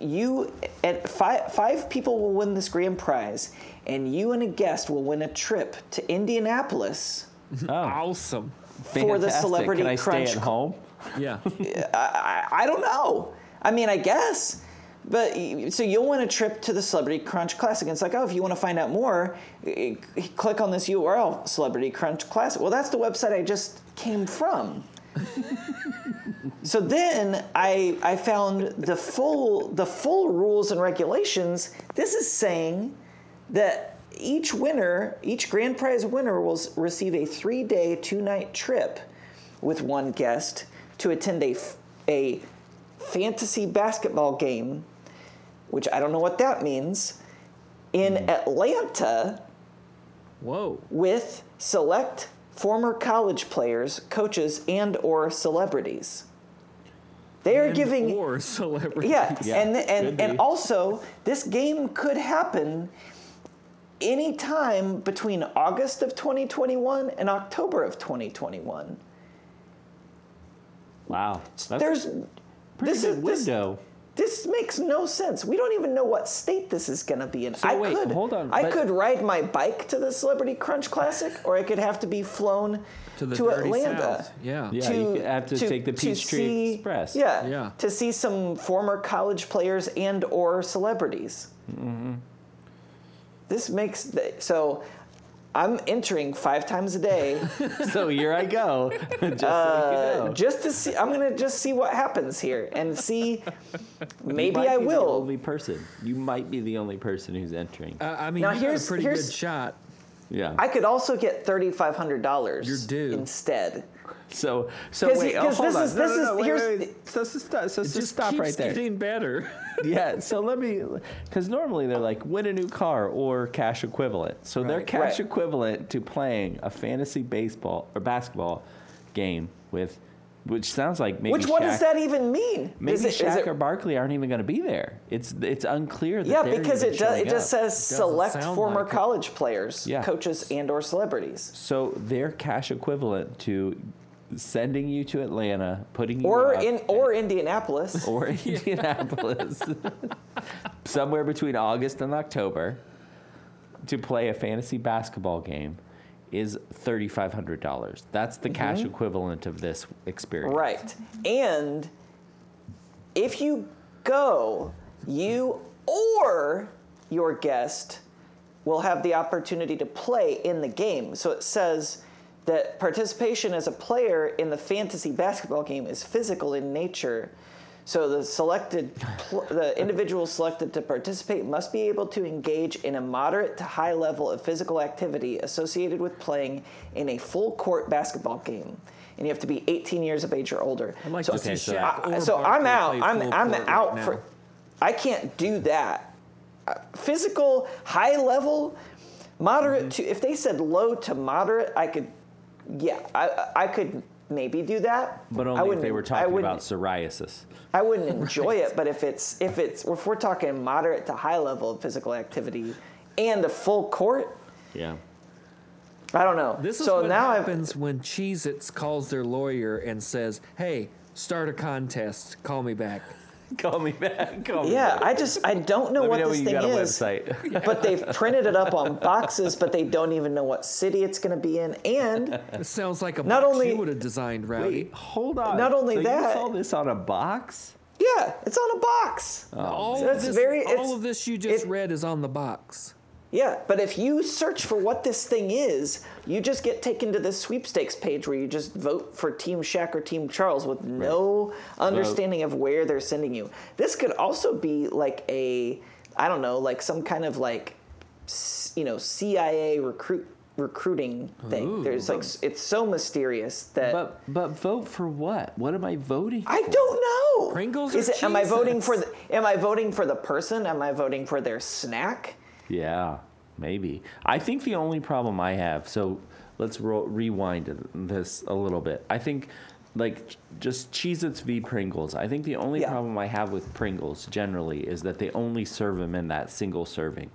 C: you and five five people will win this grand prize, and you and a guest will win a trip to Indianapolis.
A: Oh,
B: Awesome.
C: for the
A: fantastic.
C: celebrity
A: Can I
C: crunch-
A: stay at home?
B: Yeah.
A: *laughs*
C: I, I don't know. I mean, I guess. But y- so you'll win a trip to the Celebrity Crunch Classic. And it's like, oh, if you want to find out more, eh, eh, click on this URL, Celebrity Crunch Classic. Well, that's the website I just came from. so then I I found the full the full rules and regulations. This is saying that each winner, each grand prize winner, will s- receive a three day, two night trip with one guest to attend a, f- a fantasy basketball game, which I don't know what that means, in Atlanta
B: Whoa.
C: with select former college players, coaches, and or celebrities. They are
B: and
C: giving
B: or *laughs* celebrity.
C: yeah,
A: *laughs* Yeah,
C: and th-
A: could
C: and
A: be.
C: and also this game could happen any time between August of 2021 and October of 2021.
A: Wow. That's
C: There's
A: pretty
C: this
A: good
C: is this,
A: window.
C: this makes no sense. We don't even know what state this is going to be in.
A: So
C: I
A: wait,
C: could
A: hold on,
C: I
A: but-
C: could ride my bike to the Celebrity Crunch Classic, or I could have to be flown
B: to
C: to,
B: the dirty
C: Atlanta.
B: South. Yeah.
A: Yeah. you could have to take the Peachtree
C: see-
A: Express.
C: Yeah,
B: Yeah.
C: to see some former college players and or celebrities.
A: Mm-hmm.
C: This makes the, so. I'm entering five times
A: *laughs*
C: a day
A: so here I
C: *laughs*
A: go. *laughs* Just so you
C: uh,
A: know.
C: just to see. I'm gonna just see what happens here and
A: *laughs*
C: see. Maybe
A: might
C: I
A: be The
C: will.
A: only person. You might be the only person who's entering.
B: Uh, I mean,
C: Now,
B: you got
C: here's-
B: a pretty
C: here's-
B: good shot.
A: yeah.
C: I could also get thirty five hundred dollars.
B: You're due.
C: instead.
A: so so
C: 'Cause
A: wait.
C: you-
A: Oh,
C: 'cause
A: hold
C: this
A: on.
C: is-
A: no,
C: this
A: no,
C: is-
A: no, wait,
C: here's-
A: wait, wait. So, so stop. So,
B: It
A: so
B: just
A: stop
B: keeps
A: right there.
B: getting better.
A: yeah. So let me, because normally they're like win a new car or cash equivalent. So their
B: Right.
A: cash
C: Right.
A: equivalent to playing a fantasy baseball or basketball game with, which sounds like maybe
C: Which one
A: Shaq-
C: does that even mean?
A: Maybe
C: is it, is
A: Shaq
C: it-
A: or Barkley aren't even going to be there. It's it's unclear. That
C: yeah,
A: they're
C: because
A: even
C: it does.
A: showing
C: It just
A: up.
C: says
B: Doesn't
C: select
B: sound
C: former
B: like it.
C: college players,
A: Yeah.
C: coaches, and or celebrities.
A: So their cash equivalent to sending you to Atlanta, putting you
C: Or
A: up,
C: in or
A: *laughs*
C: Indianapolis.
A: or
C: *laughs*
A: Indianapolis, *laughs* somewhere between August and October, to play a fantasy basketball game, is thirty five hundred dollars. That's the cash equivalent of this experience.
C: Mm-hmm. Right. And if you go, you or your guest will have the opportunity to play in the game. So it says that participation as a player in the fantasy basketball game is physical in nature. So the selected, pl- the individual selected to participate must be able to engage in a moderate to high level of physical activity associated with playing in a full court basketball game, and you have to be 18 years of age or older.
B: I'd like
C: so,
B: to see
A: Okay, so-
B: Shaq
C: I-
B: or
C: so I'm
B: Barkley
C: out.
B: play
C: I'm
B: full
C: I'm
B: court right
C: out
B: now.
C: for. I can't do that. Uh, Physical, high level,
A: Mm-hmm.
C: moderate to. If they said low to moderate, I could. Yeah, I I could maybe do that.
A: But
C: I
A: only if they
C: wouldn't-
A: were
C: I
A: talking
C: wouldn't-
A: about psoriasis.
C: I
A: *laughs*
C: wouldn't enjoy it, but if it's if it's if we're talking moderate to high level of physical activity and a full court,
A: Yeah.
C: I don't know.
B: *laughs* This is
C: so
B: what
C: now
B: happens when Cheez Its calls their lawyer and says, Hey, start a contest, call me *laughs* back.
A: *laughs* Call me back. Call
C: i
A: me
C: yeah,
A: back.
C: I just I don't know
A: Let
C: what
A: me know
C: this
A: when you
C: thing
A: got a
C: is.
A: website.
C: *laughs* but they've printed it up on boxes, but they don't even know what city it's going to be in. And
A: *laughs*
B: It sounds like a
C: Not
B: box
C: only-
B: you would have designed, Rowdy.
A: Wait, hold on.
C: Not only
A: So
C: that-
A: you saw this on a box.
C: yeah, it's on a box.
B: all,
C: So
B: of
C: it's
B: this,
C: very- it's-
B: all of this you just
C: it-
B: read is on the box.
C: Yeah, but if you search for what this thing is, you just get taken to this sweepstakes page where you just vote for Team Shaq or Team Charles with no understanding of where they're sending you. This could also be like a, I don't know, like some kind of like, s- you know, CIA recruit recruiting thing. There's like s- it's so mysterious that
A: But but vote for what? What am I voting?
C: I
A: for?
C: don't know.
B: Pringles
C: is
B: or
C: it? Am I voting
B: Cheez-Its?
C: for the? Am I voting for the person? Am I voting for their snack?
A: Yeah, maybe. I think the only problem I have. So let's ro- rewind this a little bit. I think like j- just Cheez-Its v Pringles. I think the only
C: Yeah.
A: problem I have with Pringles generally is that they only serve them in that single serving.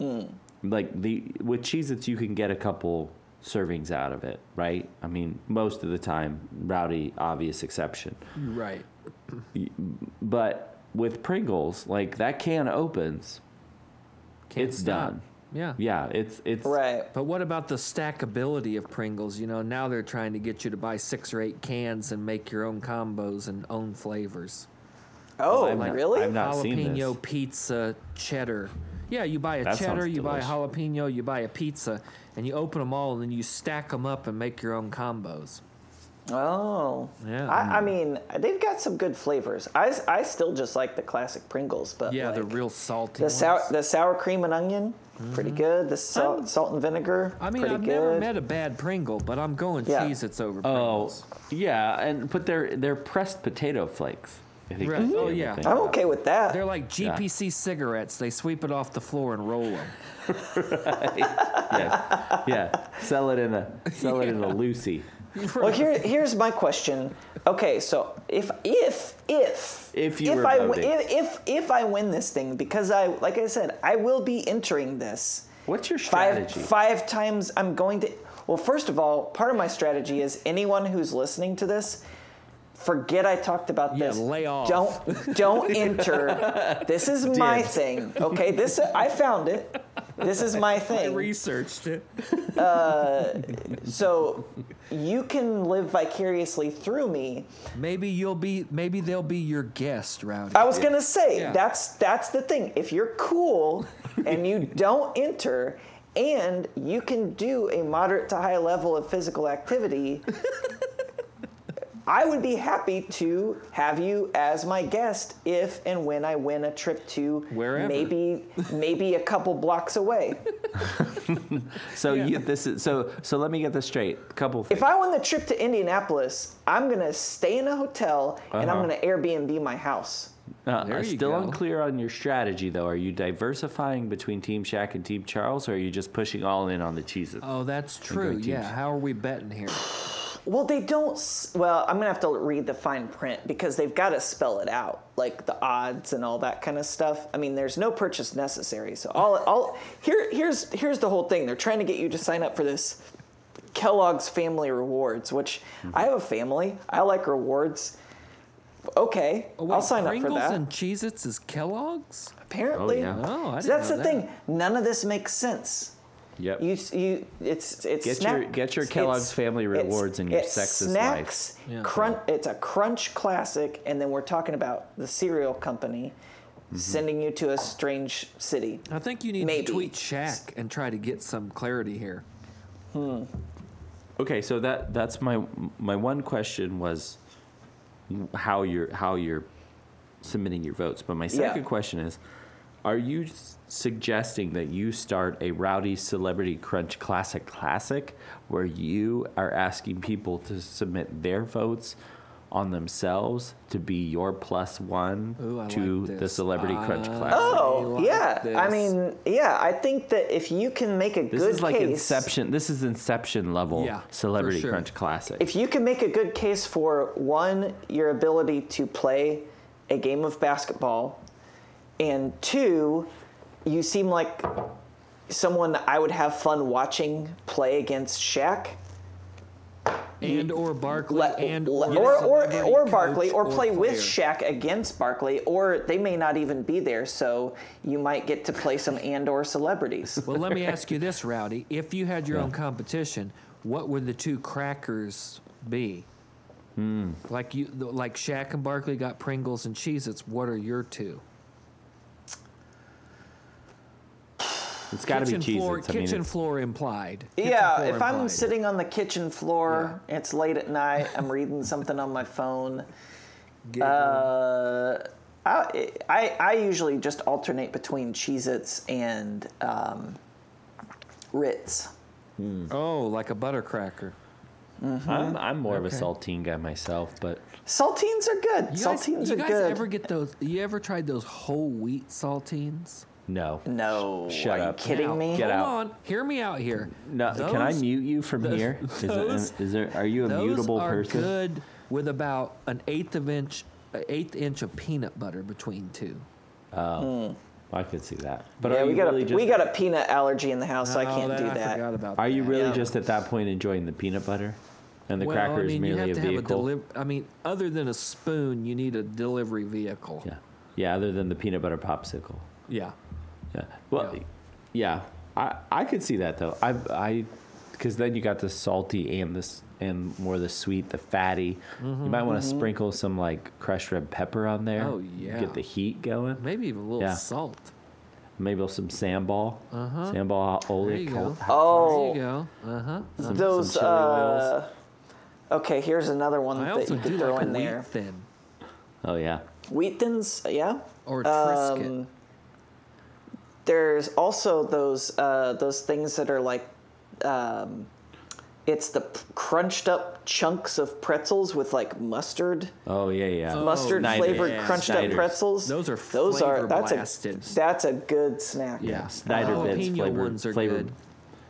C: Mm.
A: Like the with Cheez-Its you can get a couple servings out of it, right? I mean, most of the time, Rowdy obvious exception.
B: You're right.
A: But with Pringles, like that can opens.
B: Can't
A: it's
B: stop.
A: done.
B: Yeah.
A: Yeah, it's it's
C: Right.
B: But what about the stackability of Pringles? You know, now they're trying to get you to buy six or eight cans and make your own combos and own flavors.
C: Oh,
A: I'm not-
C: really?
A: I'm not seeing
B: jalapeno
A: this.
B: pizza cheddar. Yeah, you buy a
A: That
B: cheddar,
A: sounds
B: you buy a
A: delish.
B: jalapeno, you buy a pizza, and you open them all and then you stack them up and make your own combos.
C: Oh.
B: Yeah.
C: I, I mean, they've got some good flavors. I, s- I still just like the classic Pringles, but
B: Yeah,
C: like,
B: the real salty.
C: the sour
B: ones. Mm-hmm.
C: the sour cream and onion, pretty good. The salt, salt and vinegar,
B: I mean,
C: pretty
B: I've
C: good.
B: never met a bad Pringle, but I'm going
C: Yeah.
B: cheese. It's over.
A: Oh,
B: Pringles.
A: yeah, and but they're they're pressed potato flakes. I think
B: Right.
A: that's the
B: Oh,
A: other
B: yeah.
A: thing.
C: I'm okay with that.
B: They're like GPC cigarettes. They sweep it off the floor and roll them.
A: Yes. Yeah, sell it in a sell it in a Lucy.
C: Well, here, here's my question. Okay, so if if if
A: If you
C: if
A: were
C: I win-
A: voting.
C: if, if if I win this thing because I like I said I will be entering this
A: What's your
C: five
A: strategy?
C: five times. I'm going to. Well, first of all, part of my strategy is anyone who's listening to this, forget I talked about
B: Yeah,
C: this.
B: lay off. *laughs*
C: Don't don't enter. this is my
D: Dibs.
C: thing. Okay, this I found it. This is
B: *laughs*
C: my
D: I
C: thing.
D: researched it.
C: So you can live vicariously through me.
B: Maybe you'll be. Maybe they'll be your guest, Rowdy.
C: I was gonna say
B: Yeah.
C: that's that's the thing. If you're
B: *laughs*
C: cool and you don't enter, and you can do a moderate to high level of physical
B: *laughs*
C: activity, I would be happy to have you as my guest if and when I win a trip to
B: Wherever.
C: maybe maybe a couple blocks away.
A: So you this is so so. Let me get this straight. Couple things.
C: If I win the trip to Indianapolis, I'm gonna stay in a hotel and I'm
A: Uh-huh.
C: gonna Airbnb my house.
A: Uh,
B: There
A: I'm
B: you
A: still
B: go.
A: unclear on your strategy, though. Are you diversifying between Team Shaq and Team Charles, or are you just pushing all in on the cheeses?
B: oh, that's true.
A: going
B: Yeah.
A: teams.
B: How are we betting here?
C: Well, they don't. s- Well, I'm gonna have to read the fine print because they've got to spell it out, like the odds and all that kind of stuff. I mean, there's no purchase necessary. So all, all here, here's here's the whole thing. They're trying to get you to sign up for this Kellogg's Family Rewards, which I have a family. I like rewards. Okay,
B: Oh,
C: I'll
B: wait,
C: sign
B: Pringles
C: up for that.
B: and Cheez-Its is Kellogg's.
C: Apparently,
A: Oh, yeah.
B: Oh, I
C: So
B: didn't
C: that's
B: know
C: the
B: that.
C: thing. None of this makes sense.
A: Yep.
C: You, s- you, it's it's
A: Get
C: snack-
A: your- get your
C: it's-
A: Kellogg's Family
C: it's-
A: Rewards in your
C: it's
A: sexist
C: snacks,
B: life. Yeah.
C: Crunch, it's a crunch classic, and then we're talking about the cereal company
A: Mm-hmm.
C: sending you to a strange city.
B: I think you need
C: Maybe.
B: to tweet Shaq and try to get some clarity here.
A: okay, so that that's my my one question was how you're how you're submitting your votes. But my
C: Yeah.
A: second question is, are you s- suggesting that you start a rowdy celebrity crunch classic classic where you are asking people to submit their votes? On themselves to be your plus one
B: Ooh, I
A: to
B: like
A: the
B: this. Uh,
A: celebrity crunch
B: I
A: classic.
C: Oh
B: like
C: yeah, I
B: this.
C: mean yeah, I think that if you can make a
A: This
C: good
A: is like
C: case,
A: Inception. This is Inception level
B: Yeah, for
A: celebrity
B: sure.
A: crunch classic.
C: if you can make a good case for one, your ability to play a game of basketball, and two, you seem like someone I would have fun watching play against Shaq.
B: And or Barkley
C: Let-
B: and
C: let-
B: or
C: or or,
B: celebrity
C: or
B: coach
C: Barkley, or play with
B: player.
C: Shaq against Barkley, or they may not even be there, so you might get to play some and or celebrities. *laughs*
B: Well, let me ask you this, Rowdy. If you had your own competition, what would the two crackers be? Like you, like Shaq and Barkley got Pringles and Cheez-Its. What are your two?
A: it's got to be
B: kitchen
A: cheesy.
B: floor,
A: I mean,
B: kitchen
A: it's-
B: floor implied. Kitchen
C: yeah,
B: floor
C: if I'm
B: implied.
C: sitting on the kitchen floor, it's late at night, I'm reading something on my phone.
B: Get
C: Uh, I, I I usually just alternate between Cheez-Its and um, Ritz.
B: one. oh, like a butter cracker.
A: I'm, I'm more of a saltine guy myself, but
C: Saltines are good.
B: You guys,
C: Saltines
B: you
C: are
B: guys
C: good.
B: ever get those? You ever tried those whole wheat saltines?
A: no.
C: no,
A: Shut
C: are
A: up.
C: you kidding
B: Now,
C: me?
A: Get
B: Hold
A: out.
B: on, hear me out here.
A: No, can I
B: Those-
A: mute you from here? Is, it-
B: those-
A: is there? Are you a
B: Those
A: mutable
B: are
A: person?
B: good with about an eighth of inch, an eighth inch of peanut butter between two.
A: I could see that. But
C: yeah,
A: are
C: we
A: you
C: got
A: really
C: a
A: just?
C: we got a peanut allergy in the house, so I
B: Oh,
C: can't do
B: I
C: that.
B: forgot about
A: are you
B: that.
A: really
C: Yeah.
A: just at that point enjoying the peanut butter, and the
B: well,
A: cracker
B: I mean,
A: is
B: you have
A: merely a
B: to have
A: vehicle?
B: a deliv- I mean, other than a spoon, you need a delivery vehicle.
A: yeah. Yeah. Other than the peanut butter popsicle.
B: Yeah.
A: Yeah. Well, yeah.
B: Yeah.
A: I I could see that though. I I because then you got the salty and this and more the sweet, the fatty. you might want to sprinkle some like crushed red pepper on there.
B: Mm-hmm. Oh, yeah.
A: Get the heat going.
B: Maybe even a little
A: Yeah.
B: salt.
A: Maybe some sambal.
B: Uh-huh.
A: Sambal
B: There
A: ole.
B: you
A: col-
B: go.
C: Oh,
B: There you go. Uh huh.
C: those.
A: some chili
C: uh, okay, here's another one
B: I
C: that
B: also
C: you could
B: do
C: throw
B: like a
C: in there.
B: wheat thin
A: Oh yeah.
C: Wheat thins, yeah.
B: or a Triscuit.
C: Um, there's also those uh, those things that are like um, it's the p- crunched up chunks of pretzels with like mustard
A: Oh yeah yeah.
C: mustard flavored
A: Snyder's.
C: crunched
A: Snyder's.
C: up pretzels
B: Those are
C: those are
B: flavor
C: that's
B: blasted.
C: a that's a good snack
A: Yeah. Snyder
B: The
A: bits
B: jalapeno
A: flavored,
B: Oh, ones are
A: flavored
B: good.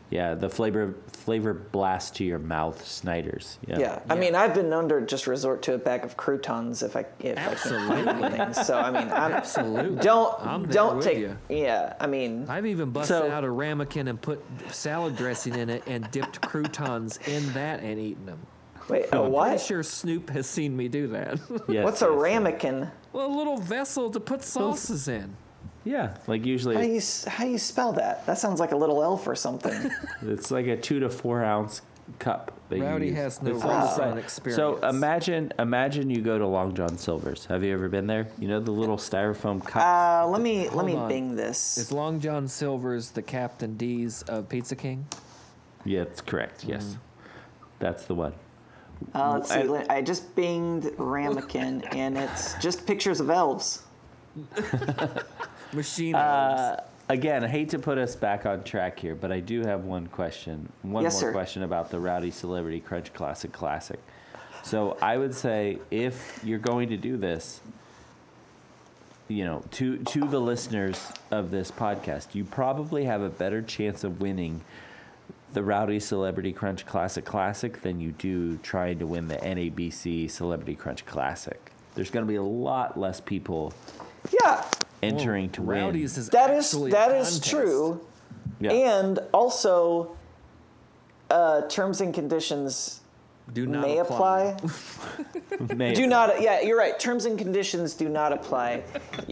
A: Yeah, the flavor flavor blast to your mouth, Snyder's. Yeah.
C: Yeah. I mean, I've been known to just resort to a bag of croutons if I if I can't find anything. So I mean, I'm,
B: Absolutely.
C: don't
B: I'm there
C: don't
B: with
C: take
B: you.
C: yeah. I mean,
B: I've even busted
A: So-
B: out a ramekin and put salad dressing in it and dipped croutons in that and eaten them.
C: wait, a
B: Pretty
C: what?
B: sure Snoop has seen me do that. *laughs*
A: Yes,
C: What's a
A: yes,
C: ramekin?
B: well, a little vessel to put sauces in.
A: Yeah, like
C: How do
A: usually
C: you s- how do you spell that? That sounds like a little elf
B: *laughs*
C: or something.
A: it's like a two to four ounce cup. That you
B: Rowdy
A: use.
B: has no
A: It's on the
B: hands-on
A: side.
B: experience.
A: So imagine, imagine you go to Long John Silver's. Have you ever been there? You know the little styrofoam cups.
C: Uh, let me let me
B: on.
C: bing this.
B: Is Long John Silver's the Captain D's of Pizza King?
A: yeah, it's correct. Yes,
B: Mm.
A: that's the one.
C: Uh, let's see.
A: I-
C: let- I just binged ramekin, and it's just pictures of elves.
B: Machine.
A: Uh, again, I hate to put us back on track here, but I do have one question. One
C: Yes,
A: more
C: sir.
A: question about the Rowdy Celebrity Crunch Classic Classic. So I would say if you're going to do this, you know, to to the listeners of this podcast, you probably have a better chance of winning the Rowdy Celebrity Crunch Classic Classic than you do trying to win the NABC Celebrity Crunch Classic. There's going to be a lot less people
C: Yeah,
A: entering to win.
B: Rowdy's is
C: that is
B: actually a
C: that is
B: contest.
C: true.
A: Yeah.
C: And also, uh, terms and conditions
B: Do not
C: may apply.
A: May
C: Do not. Yeah, you're right. Terms and conditions do not apply.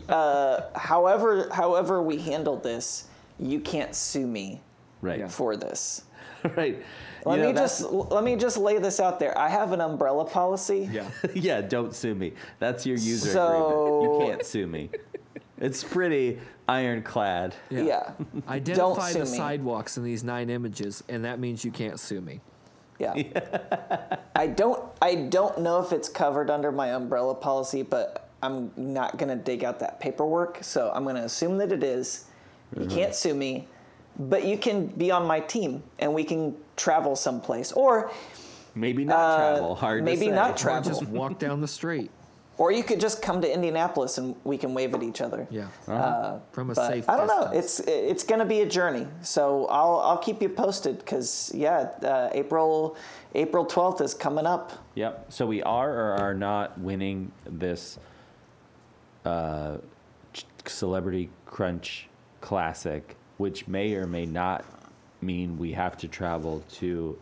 C: Uh, however, however we handle this, you can't sue me
A: Right.
C: for this.
A: *laughs* Right.
C: Let
A: You know,
C: me
A: that's-
C: just let me just lay this out there. I have an umbrella policy.
D: Yeah.
A: *laughs* yeah, don't sue me. That's your user
C: So-
A: agreement. You can't sue me. It's pretty ironclad.
C: Yeah.
B: Identify
C: sue
B: the
C: me.
B: sidewalks in these nine images, and that means you can't sue me. *laughs*
C: Yeah. I don't I don't know if it's covered under my umbrella policy, but I'm not gonna dig out that paperwork, so I'm gonna assume that it is. You
B: Uh-huh.
C: can't sue me, but you can be on my team and we can travel someplace. Or
A: Maybe not
C: Uh,
A: travel. Hard to
C: maybe
A: say.
C: not
B: Or
C: travel.
B: just walk down the street.
C: or you could just come to Indianapolis and we can wave at each other.
B: Yeah.
A: Uh-huh.
B: From a
C: Uh, But
B: safe
C: I don't
B: distance.
C: know. It's it's gonna be a journey, so I'll I'll keep you posted because yeah, uh, April April twelfth is coming up.
A: Yep. So we are or are not winning this uh, ch- celebrity crunch classic, which may or may not mean we have to travel to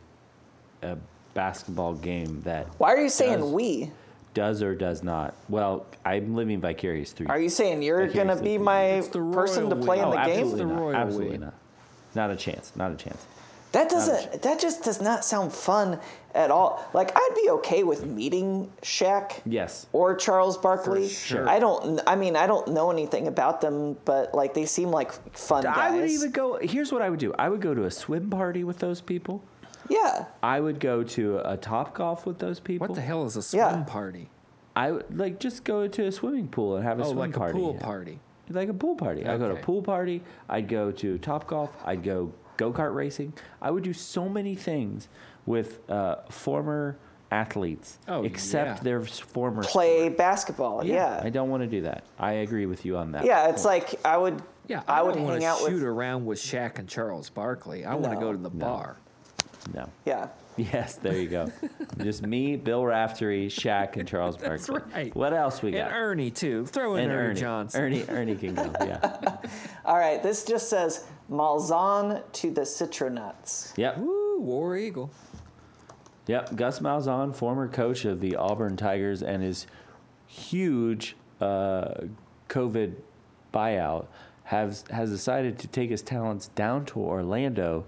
A: a basketball game that
C: Why are you saying
A: Does-
C: we?
A: does or does not. Well, I'm living vicarious through
C: Are you saying you're
A: Okay,
C: gonna
A: so
C: be my
B: It's the
C: person
B: royal
C: to play
B: we.
C: in
B: Oh,
C: the
A: absolutely
C: game?
B: The
A: Not.
B: royal
A: absolutely
B: we.
A: not. Not a chance. Not a chance.
C: That doesn't. That just does not sound fun at all. Like I'd be okay with meeting Shaq.
A: Yes.
C: Or Charles Barkley.
A: sure.
C: I don't. I mean, I don't know anything about them, but like they seem like fun guys.
A: I would even go. Here's what I would do. I would go to a swim party with those people.
C: Yeah.
A: I would go to a top golf with those people.
B: What the hell is a swim
C: Yeah.
B: party?
A: I would like just go to a swimming pool and have a
B: Oh,
A: swim
B: like
A: party.
B: a pool party.
A: Like a pool party. I'd go to a
B: Okay.
A: pool party. I'd go to top golf. I'd go go kart racing. I would do so many things with uh, former athletes,
B: Oh,
A: except
B: yeah.
A: their s- former.
C: Play basketball. Yeah.
A: I
C: Yeah.
A: don't want to do that. I agree with you on that.
C: it's like I would.
B: Yeah,
C: I,
B: I,
C: would
B: don't want
C: hang
B: to
C: out
B: shoot
C: with.
B: around with Shaq and Charles Barkley. I want to
C: No.
B: go to the bar.
A: No.
C: Yeah.
A: Yes, there you go. Just me, Bill Raftery, Shaq, and Charles
B: *laughs* That's
A: Barkley.
B: right.
A: What else we got?
B: And Ernie too. Throw in
A: And
B: Ernie, Johnson.
A: Ernie, Er Ernie can go.
B: *laughs*
A: Yeah.
C: All right. This just says Malzahn to the Citronuts.
A: Yep.
B: Woo, War Eagle.
A: Yep. Gus Malzahn, former coach of the Auburn Tigers, and his huge uh, COVID buyout has has decided to take his talents down to Orlando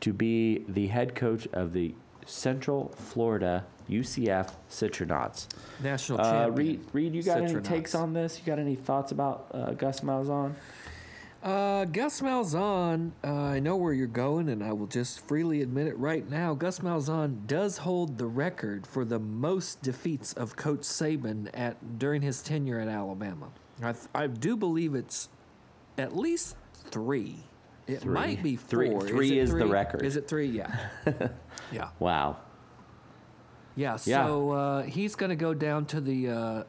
A: to be the head coach of the Central Florida UCF Citronauts.
B: National
A: Uh,
B: champion.
A: Reed, Reed, you got any takes
B: Citronauts.
A: on this? You got any thoughts about uh, Gus Malzahn?
B: Uh, Gus Malzahn, uh, I know where you're going, and I will just freely admit it right now. Gus Malzahn does hold the record for the most defeats of Coach Saban at during his tenure at Alabama. I, th- I do believe it's at least three. It might be
A: Three-
B: four.
A: three
B: it
A: is the record.
B: Is it three?
A: *laughs*
B: Yeah. yeah.
A: Wow.
B: Yeah.
A: Yeah.
B: So uh, he's going to go down to the uh,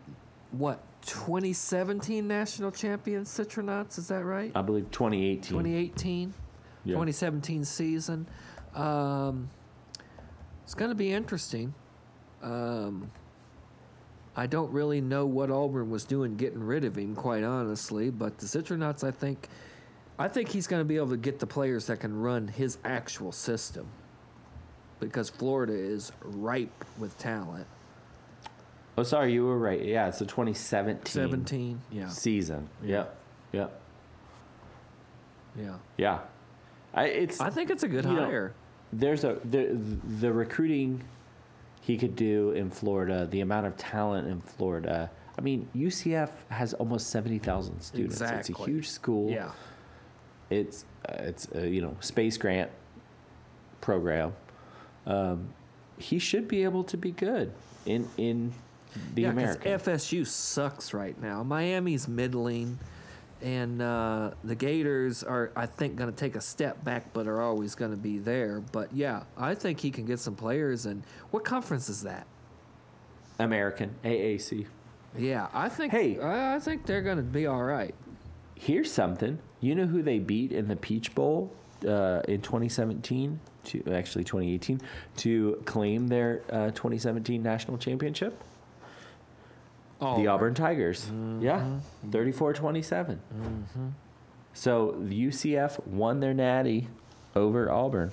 B: what 2017 national champion Citronauts? Is that right?
A: I believe 2018.
B: 2018.
A: Yeah.
B: 2017 season. Um, it's going to be interesting. Um, I don't really know what Auburn was doing getting rid of him, quite honestly. But the Citronauts, I think, I think he's going to be able to get the players that can run his actual system, because Florida is ripe with talent.
A: Oh, sorry, you were right. Yeah, it's the 2017
B: 17, yeah,
A: season. Yep. Yep.
B: yeah.
A: Yeah. I, it's
B: I think it's a good
A: You know,
B: hire.
A: there's a the the recruiting he could do in Florida, the amount of talent in Florida. I mean, UCF has almost seventy thousand students. It's a
B: Exactly.
A: huge school.
B: Yeah,
A: It's uh, it's a, you know space grant program. Um, he should be able to be good in in the
B: yeah, 'cause
A: American.
B: FSU sucks right now. Miami's middling, and uh, the Gators are, I think, going to take a step back, but are always going to be there. But yeah, I think he can get some players. And what conference is that?
A: American AAC.
B: Yeah, I think.
A: Hey.
B: I, I think they're going to be all right.
A: Here's something. You know who they beat in the Peach Bowl uh, in 2017 to actually 2018 to claim their uh, 2017 national championship?
B: Oh,
A: the Auburn Tigers.
B: Mm-hmm.
A: Yeah, 34-27. So the UCF won their natty over Auburn.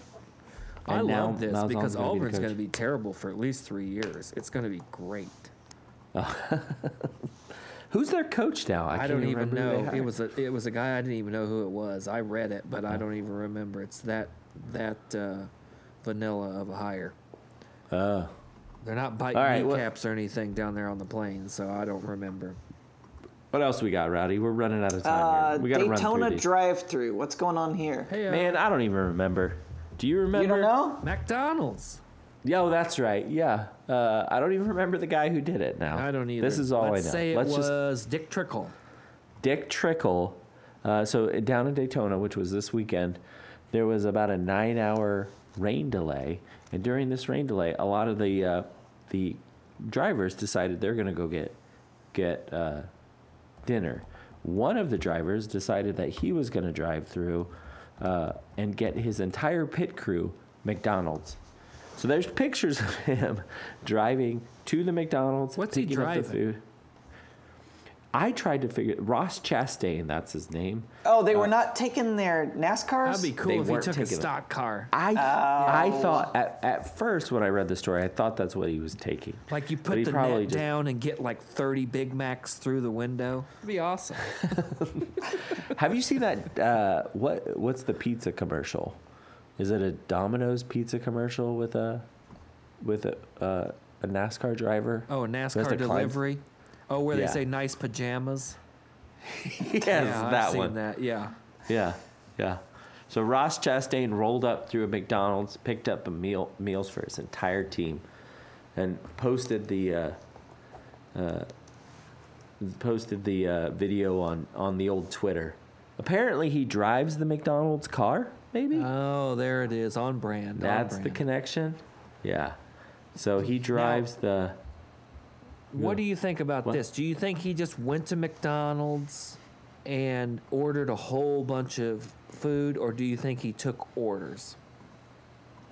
B: I
A: And now
B: love this
A: Malzahn's
B: because
A: gonna be the
B: Auburn's
A: coach.
B: going to be terrible for at least three years. It's going to be great.
A: Who's their coach now?
B: I,
A: can't
B: don't even
A: remember who they
B: know. It
A: hired.
B: was a it was a guy I didn't even know who it was. I read it, but
A: Uh-huh.
B: I don't even remember. It's that that uh, vanilla of a hire.
A: Uh,
B: They're not biting
A: All right, well-
B: kneecaps or anything down there on the plane, so I don't remember.
A: what else we got, Rowdy? We're running out of time.
C: Uh,
A: here. We got to run through
C: Daytona
A: these.
C: drive-through. What's going on here?
B: Hey, uh,
A: Man, I don't even remember. Do you remember?
C: you don't know?
B: McDonald's.
A: Yo, that's right. Yeah, uh, I don't even remember the guy who did it now.
B: I don't either.
A: This is all I
B: Let's
A: know.
B: Say it
A: Let's just
B: was Dick Trickle.
A: Dick Trickle. Uh, so down in Daytona, which was this weekend, there was about a nine-hour rain delay, and during this rain delay, a lot of the uh, the drivers decided they're going to go get get uh, dinner. One of the drivers decided that he was going to drive through uh, and get his entire pit crew McDonald's. So there's pictures of him *laughs* driving to the McDonald's.
B: What's he
A: picking up the
B: driving?
A: food. I tried to figure Ross Chastain, that's his name.
C: Oh, they were not taking their NASCARs.
B: Uh, That'd be
A: They
B: cool if he
A: weren't
B: took a
A: taking it.
B: stock car.
A: I I
C: Oh.
A: thought at, at first when I read the story, I thought that's what he was taking.
B: Like you
A: But
B: put
A: he
B: the
A: probably
B: net
A: just-
B: down and get like thirty Big Macs through the window. It'd be awesome.
A: Have you seen that? Uh, what what's the pizza commercial? Is it a Domino's pizza commercial with a with a uh, a NASCAR driver?
B: Oh,
A: Who has to
B: NASCAR
A: climb-
B: delivery. Oh, where
A: Yeah.
B: they say nice pajamas.
A: *laughs* yes,
B: yeah,
A: that
B: I've seen
A: one.
B: that. Yeah.
A: Yeah, yeah. So Ross Chastain rolled up through a McDonald's, picked up a meal meals for his entire team, and posted the uh, uh, posted the uh, video on on the old Twitter. Apparently, he drives the McDonald's car. Maybe
B: Oh, there it is on brand. on
A: that's the
B: brand.
A: connection. Yeah. So he drives the.
B: What do you think about
A: What?
B: this? Do you think he just went to McDonald's and ordered a whole bunch of food, or do you think he took orders?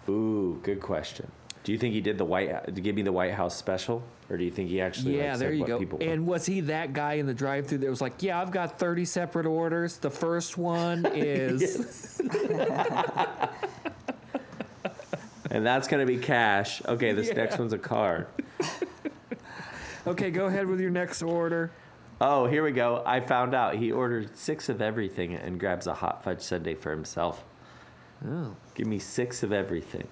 A: Ooh, good question. Do you think he did the White? Give me the White House special, or do you think he actually? like,
B: yeah,
A: said
B: there you
A: what
B: go.
A: People want?
B: And was he that guy in the drive-through that was like, "Yeah, I've got thirty separate orders. The
A: *laughs*
B: first one is
A: And that's gonna be cash. Okay,
B: *laughs*
A: this next one's a car.
B: okay. Go ahead with your next order."
A: Oh, here we go. I found out he ordered six of everything and grabs a hot fudge sundae for himself.
B: Oh.
A: Give me six of everything.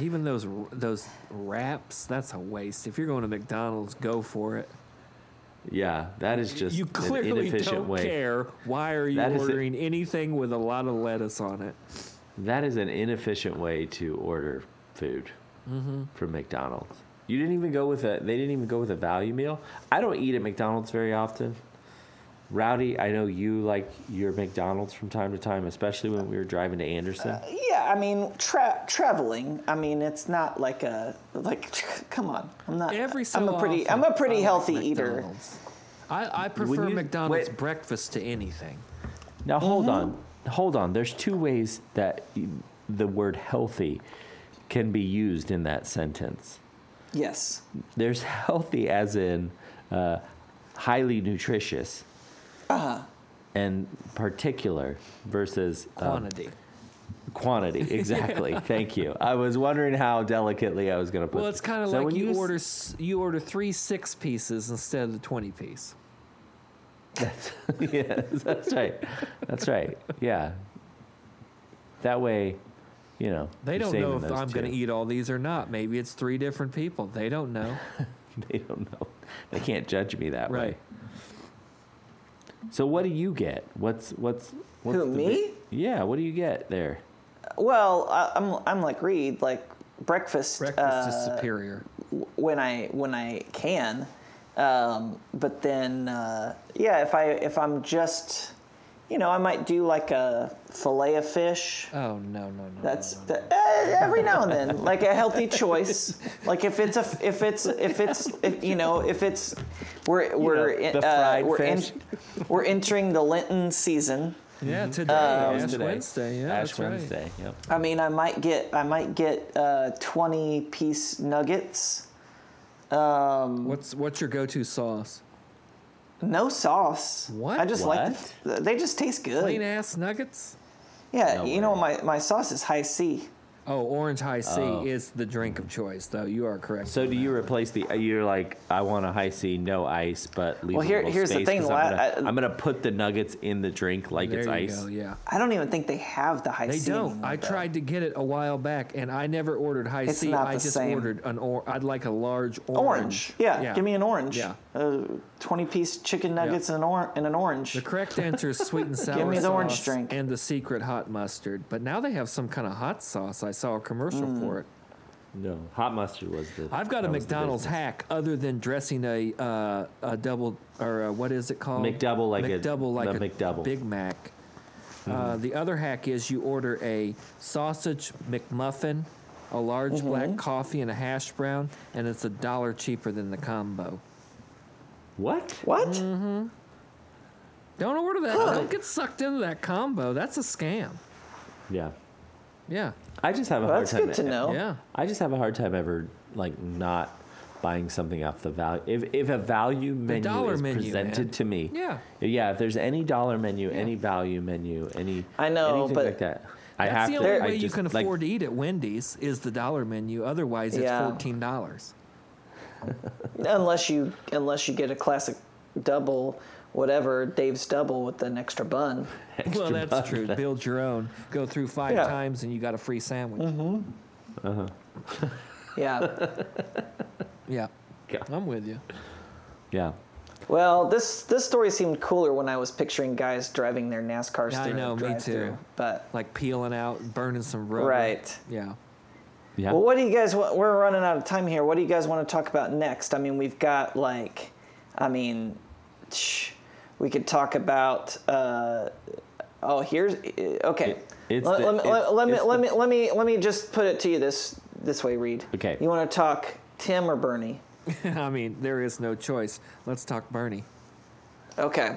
B: Even those those wraps, that's a waste. If you're going to McDonald's, go for it.
A: Yeah, that is just
B: you
A: an
B: clearly
A: inefficient
B: don't
A: way.
B: care. Why are you
A: That is a-
B: ordering anything with a lot of lettuce on it?
A: That is an inefficient way to order food from McDonald's. You didn't even go with a. They didn't even go with a value meal. I don't eat at McDonald's very often. Rowdy, I know you like your McDonald's from time to time, especially when we were driving to Anderson.
C: Yeah, I mean tra- traveling. I mean, it's not like a like. *laughs* Come on, I'm not.
B: Every so
C: I'm a pretty.
B: often,
C: I'm a pretty
B: I like
C: healthy eater.
B: McDonald's. I, I prefer
A: you-
B: McDonald's
A: wait.
B: breakfast to anything.
A: Now hold on. hold on. There's two ways that the word healthy can be used in that sentence.
C: Yes.
A: There's *laughs* healthy as in uh, highly nutritious
B: Uh-huh.
A: and particular versus um,
B: Quantity. *laughs*
A: quantity. Exactly. Thank you. I was wondering how delicately I was going to put
B: well, it's kind of
A: So
B: like
A: when
B: you,
A: s-
B: order s- you order three six pieces instead of the twenty piece.
A: *laughs* yes, that's right. That's right. Yeah. That way, you know.
B: They
A: you're
B: don't
A: saving
B: know if
A: those
B: I'm going
A: two.
B: to eat all these or not. Maybe it's three different people. They don't know.
A: *laughs* They don't know. They can't judge me that way.
B: right.
A: So what do you get? What's what's what's the
C: Who, me?
A: big- yeah. What do you get there?
C: Well, I, I'm I'm like Reed, like breakfast.
B: Breakfast is
C: uh,
B: superior.
C: w- when I when I can. Um, but then uh, yeah, if I if I'm just you know, I might do like a fillet of fish.
B: Oh no no no.
C: That's that, eh, every now and then, like a healthy choice. Like if it's a if it's if it's if, you know if it's we're we're
A: know,
C: in-
A: the
C: uh,
A: fried
C: we're en-
A: fish.
C: we're entering the Lenten season.
B: yeah today
A: That
B: Ash
C: Uh,
A: was Mm-hmm. today.
B: Wednesday. Yeah,
A: Ash
B: that's right.
A: Wednesday. Yep.
C: I mean, I might get I might get uh, twenty piece nuggets. Um,
B: What's what's your go-to sauce?
C: No sauce.
B: What?
C: I just like the, f- they just taste good.
B: Plain ass nuggets.
C: Yeah,
A: No
C: you know my my sauce is high C.
B: Oh, Orange High C
A: Oh.
B: is the drink of choice, though. You are correct.
A: So do you replace the? You're like, I want a high C, no ice, but leave.
C: Well,
A: a
C: here-
A: little
C: here's the
A: space
C: thing,
A: 'cause
C: Lat-
A: I'm gonna,
C: I-
A: I'm gonna put the nuggets in the drink like
B: there
A: it's
B: you
A: ice.
B: go. Yeah.
C: I don't even think they have the high
B: They
C: C.
B: don't.
C: anymore,
B: I
C: though.
B: tried to get it a while back, and I never ordered high
C: It's
B: C.
C: not
B: I
C: the
B: just
C: same.
B: ordered an or. I'd like a large orange.
C: orange. Yeah, give me an orange.
B: Yeah.
C: Uh, twenty piece chicken nuggets and an or- and an orange.
B: The correct answer is sweet
C: *laughs*
B: and sour
C: me the
B: sauce
C: orange drink.
B: and the secret hot mustard. But now they have some kind of hot sauce. I saw a commercial
C: Hmm.
B: for it.
A: No, hot mustard was the.
B: I've got a
A: that was the
B: McDonald's
A: business.
B: hack other than dressing a uh, a double or a, what is it called?
A: McDouble like a-
B: McDouble like
A: the
B: a
A: McDouble. Mm-hmm.
B: Big Mac. Uh, the other hack is you order a sausage McMuffin, a large
A: Mm-hmm.
B: black coffee, and a hash brown, and it's a dollar cheaper than the combo.
A: What?
C: what?
B: Mm-hmm. Don't order that. Don't get sucked into that combo. That's a scam.
A: Yeah.
B: Yeah.
A: I just have a
C: Well,
A: hard
C: that's
A: time. e-,
C: good to know.
B: Yeah.
A: I just have a hard time ever like not buying something off the value. If if a value menu
B: dollar
A: is
B: menu,
A: presented
B: man.
A: to me,
B: Yeah.
A: yeah. If there's any dollar menu, any value menu, any
C: I know,
A: anything
C: but
A: like that, I
B: That's
A: have
B: the
A: to.
B: only
A: I
B: way you
A: just,
B: can
A: like,
B: afford to eat at Wendy's is the dollar menu. Otherwise, it's
C: Yeah.
B: fourteen dollars.
C: Unless you unless you get a classic double, whatever Dave's double with an extra bun.
B: Well, that's true. Build your own. Go through five
C: Yeah.
B: times and you got a free sandwich.
A: Mm-hmm.
B: *laughs*
C: Yeah.
B: Yeah.
A: Yeah.
B: I'm with you.
A: Yeah.
C: well, this this story seemed cooler when I was picturing guys driving their NASCARs
B: Yeah, I
C: through a
B: know, me too.
C: drive-through, But
B: Like peeling out, burning some rubber.
C: right.
B: Yeah. *laughs*
A: Yeah.
C: Well, what do you guys? wa- We're running out of time here. What do you guys want to talk about next? I mean, we've got like, I mean, shh, we could talk about. Uh, oh, here's okay.
A: It- it's
C: let,
A: the-
C: let me-
A: it's-
C: let me
A: it's
C: let
A: the-
C: me let me let me just put it to you this this way, Reed.
A: Okay.
C: You want to talk Tim or Bernie?
B: I mean, there is no choice. Let's talk Bernie.
C: Okay,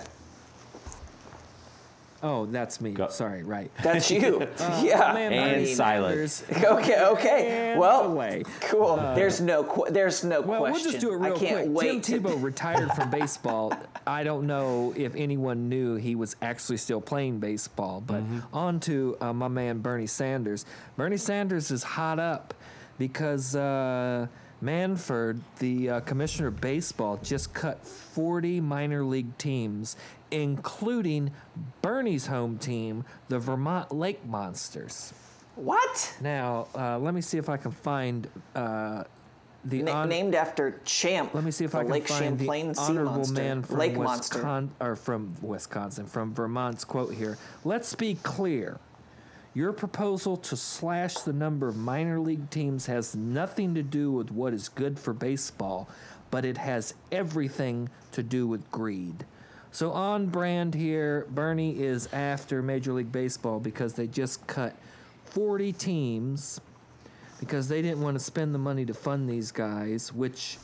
B: Oh, that's me.
A: Go.
B: Sorry, right.
A: *laughs*
C: that's you.
A: Uh,
C: *laughs* yeah.
B: Man,
A: And
B: Bernie
A: silence.
B: Sanders.
C: Okay. Okay.
B: And
C: well,
B: away. Uh,
C: cool. there's no qu- there's no
B: Well,
C: question.
B: we'll just do it real
C: I can't
B: quick.
C: wait. to-
B: Tim
C: *laughs*
B: Tebow retired from baseball. I don't know if anyone knew he was actually still playing baseball. But
C: Mm-hmm.
B: on to uh, my man Bernie Sanders. Bernie Sanders is hot up because uh, Manford, the uh, commissioner of baseball, just cut 40 minor league teams, including Bernie's home team, the Vermont Lake Monsters.
C: what?
B: Now, uh, let me see if I can find uh, the
C: Na-
B: on-
C: named after Champ.
B: let me see if
C: the
B: I can
C: Lake
B: find
C: Champlain
B: the
C: sea
B: honorable
C: monster.
B: man from
C: Lake
B: Wisconsin,
C: Monster.
B: or from Wisconsin, from Vermont's quote here. Let's be clear. Your proposal to slash the number of minor league teams has nothing to do with what is good for baseball, but it has everything to do with greed. So on brand here, Bernie is after Major League Baseball because they just cut 40 teams because they didn't want to spend the money to fund these guys, which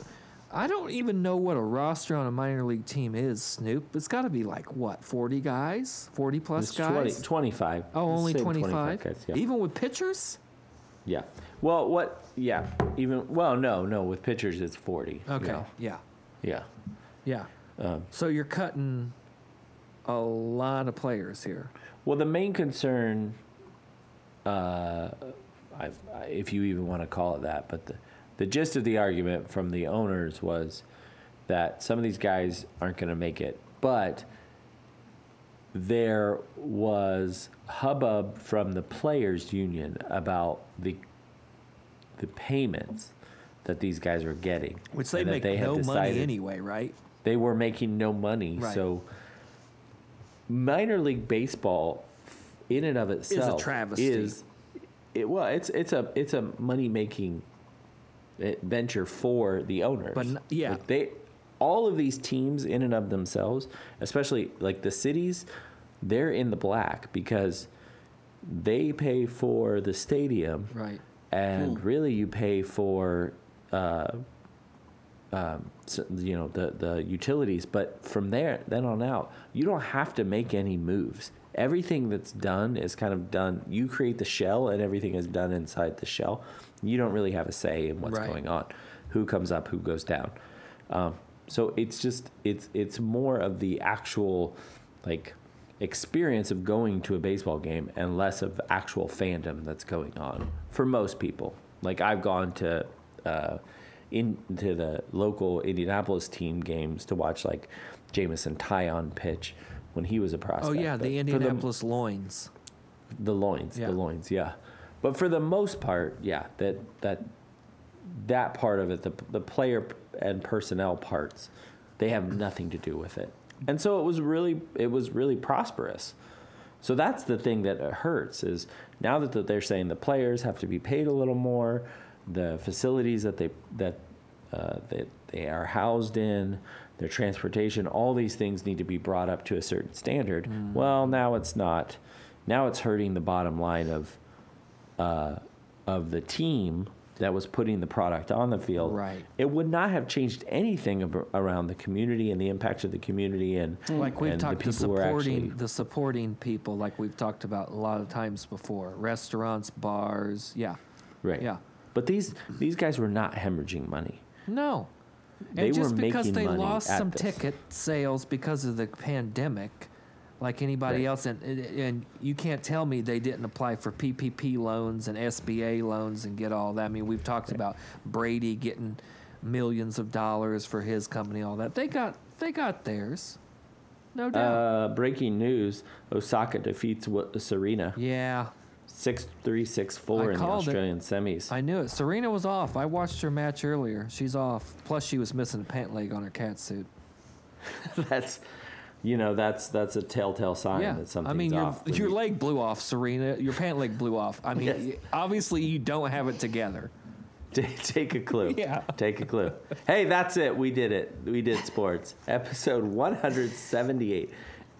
B: I don't even know what a roster on a minor league team is, Snoop. It's got to be like what, 40 guys, 40 plus
A: It's 20,
B: guys.
A: 25.
B: Oh,
A: Let's
B: only
A: say
B: 25.
A: guys, yeah.
B: Even with pitchers?
A: yeah. Well, what? Yeah. Even. Well, no, no. With pitchers, it's 40.
B: Okay.
A: No.
B: Yeah.
A: Yeah.
B: Yeah.
A: Um,
B: so you're cutting a lot of players here.
A: Well, the main concern, uh, I, I, if you even want to call it that, but the, the gist of the argument from the owners was that some of these guys aren't going to make it, but there was hubbub from the players union about the the payments that these guys were getting
B: Which they
A: and that
B: make
A: had
B: no money
A: decided-
B: anyway, right?
A: they were making no money.
B: Right.
A: So minor league baseball, in and of itself,
B: travesty.
A: Is it, well, it's it's a it's a money making venture for the owners.
B: But n- yeah.
A: Like, they all of these teams in and of themselves, especially like the cities, they're in the black because they pay for the stadium
B: Right.
A: and really you pay for uh, um, s you know the the utilities but from there then on out you don't have to make any moves everything that's done is kind of done you create the shell and everything is done inside the shell you don't really have a say in what's
B: Right.
A: going on who comes up who goes down um, so it's just it's it's more of the actual like experience of going to a baseball game and less of actual fandom that's going on for most people. Like I've gone to uh, into the local Indianapolis team games to watch like Jamison Tyon pitch when he was a prospect.
B: Oh, yeah.
A: but
B: The
A: for
B: Indianapolis Loins.
A: the loins,
B: Yeah.
A: the loins, yeah. But for the most part, yeah, that that that part of it, the the player and personnel parts, they have nothing to do with it. And so it was really it was really prosperous. So that's the thing that it hurts is now that that they're saying the players have to be paid a little more, the facilities that they that uh, that they are housed in, their transportation, all these things need to be brought up to a certain standard.
B: Mm.
A: Well, now it's not. Now it's hurting the bottom line of uh, of the team that was putting the product on the field.
B: Right.
A: It would not have changed anything ab- around the community and the impact of the community and
B: Like we've
A: and
B: talked the
A: who are
B: supporting the supporting people, like we've talked about a lot of times before. Restaurants, bars, yeah.
A: Right.
B: Yeah.
A: But these these guys were not hemorrhaging money.
B: No.
A: They
B: and just
A: were
B: because
A: making
B: they
A: money
B: lost
A: at
B: some
A: this.
B: ticket sales because of the pandemic, like anybody
A: Right.
B: else, and and you can't tell me they didn't apply for PPP loans and SBA loans and get all that. I mean, we've talked about Brady getting millions of dollars for his company, all that. They got they got theirs, no doubt.
A: Uh, breaking news: Osaka defeats Wa- Serena
B: yeah,
A: six three six four
B: I
A: in the
B: called it.
A: Australian semis.
B: I knew it. Serena was off. I watched her match earlier. She's off. Plus, she was missing a pant leg on her cat suit.
A: *laughs* that's, you know, that's that's a telltale sign
B: Yeah,
A: that something's
B: I mean,
A: off. when
B: your your
A: you-
B: leg blew off, Serena. Your pant leg blew off. I
A: *laughs*
B: mean,
A: Yes.
B: y- obviously you don't have it together.
A: *laughs* Take a clue.
B: Yeah.
A: Take a clue. Hey, that's it. We did it. We did sports. Episode 178.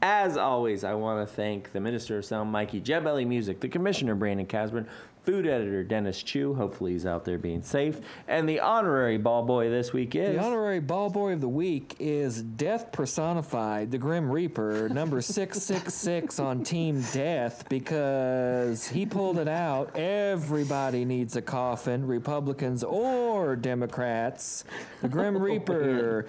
A: As always, I want to thank the Minister of Sound, Mikey Jebelly Music, the Commissioner, Brandon Casburn, food editor, Dennis Chu. Hopefully, he's out there being safe. And the honorary ball boy this week is.
B: The honorary ball boy of the week is Death Personified, the Grim Reaper, number 666 on Team Death, because he pulled it out. Everybody needs a coffin, Republicans or Democrats. The Grim Reaper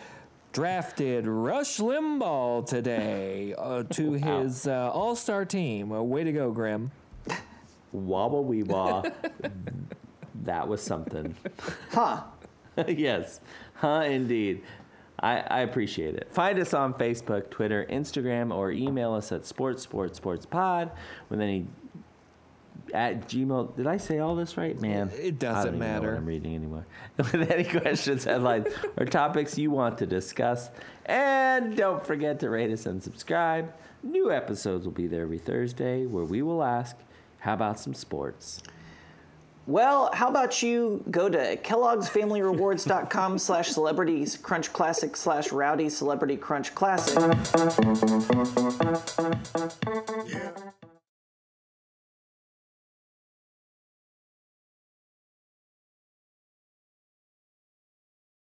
B: drafted Rush Limbaugh today uh, to his uh, all star team. Uh, way to go, Grim.
A: Wobble wee wah. *laughs* that was something.
C: Huh.
A: *laughs* yes. Huh, indeed. I, I appreciate it. Find us on Facebook, Twitter, Instagram, or email us at sports, sports, sports pod with any at Gmail. Did I say all this right, man?
B: It
A: I
B: doesn't
A: don't even know what
B: matter.
A: I'm reading anymore. *laughs* with any questions, headlines, or topics you want to discuss. And don't forget to rate us and subscribe. New episodes will be there every Thursday where we will ask, how about some sports?
C: Well, how about you go to kellogg'sfamilyrewards.com slash celebrities crunch classic slash rowdy celebrity crunch classic.
E: Yeah.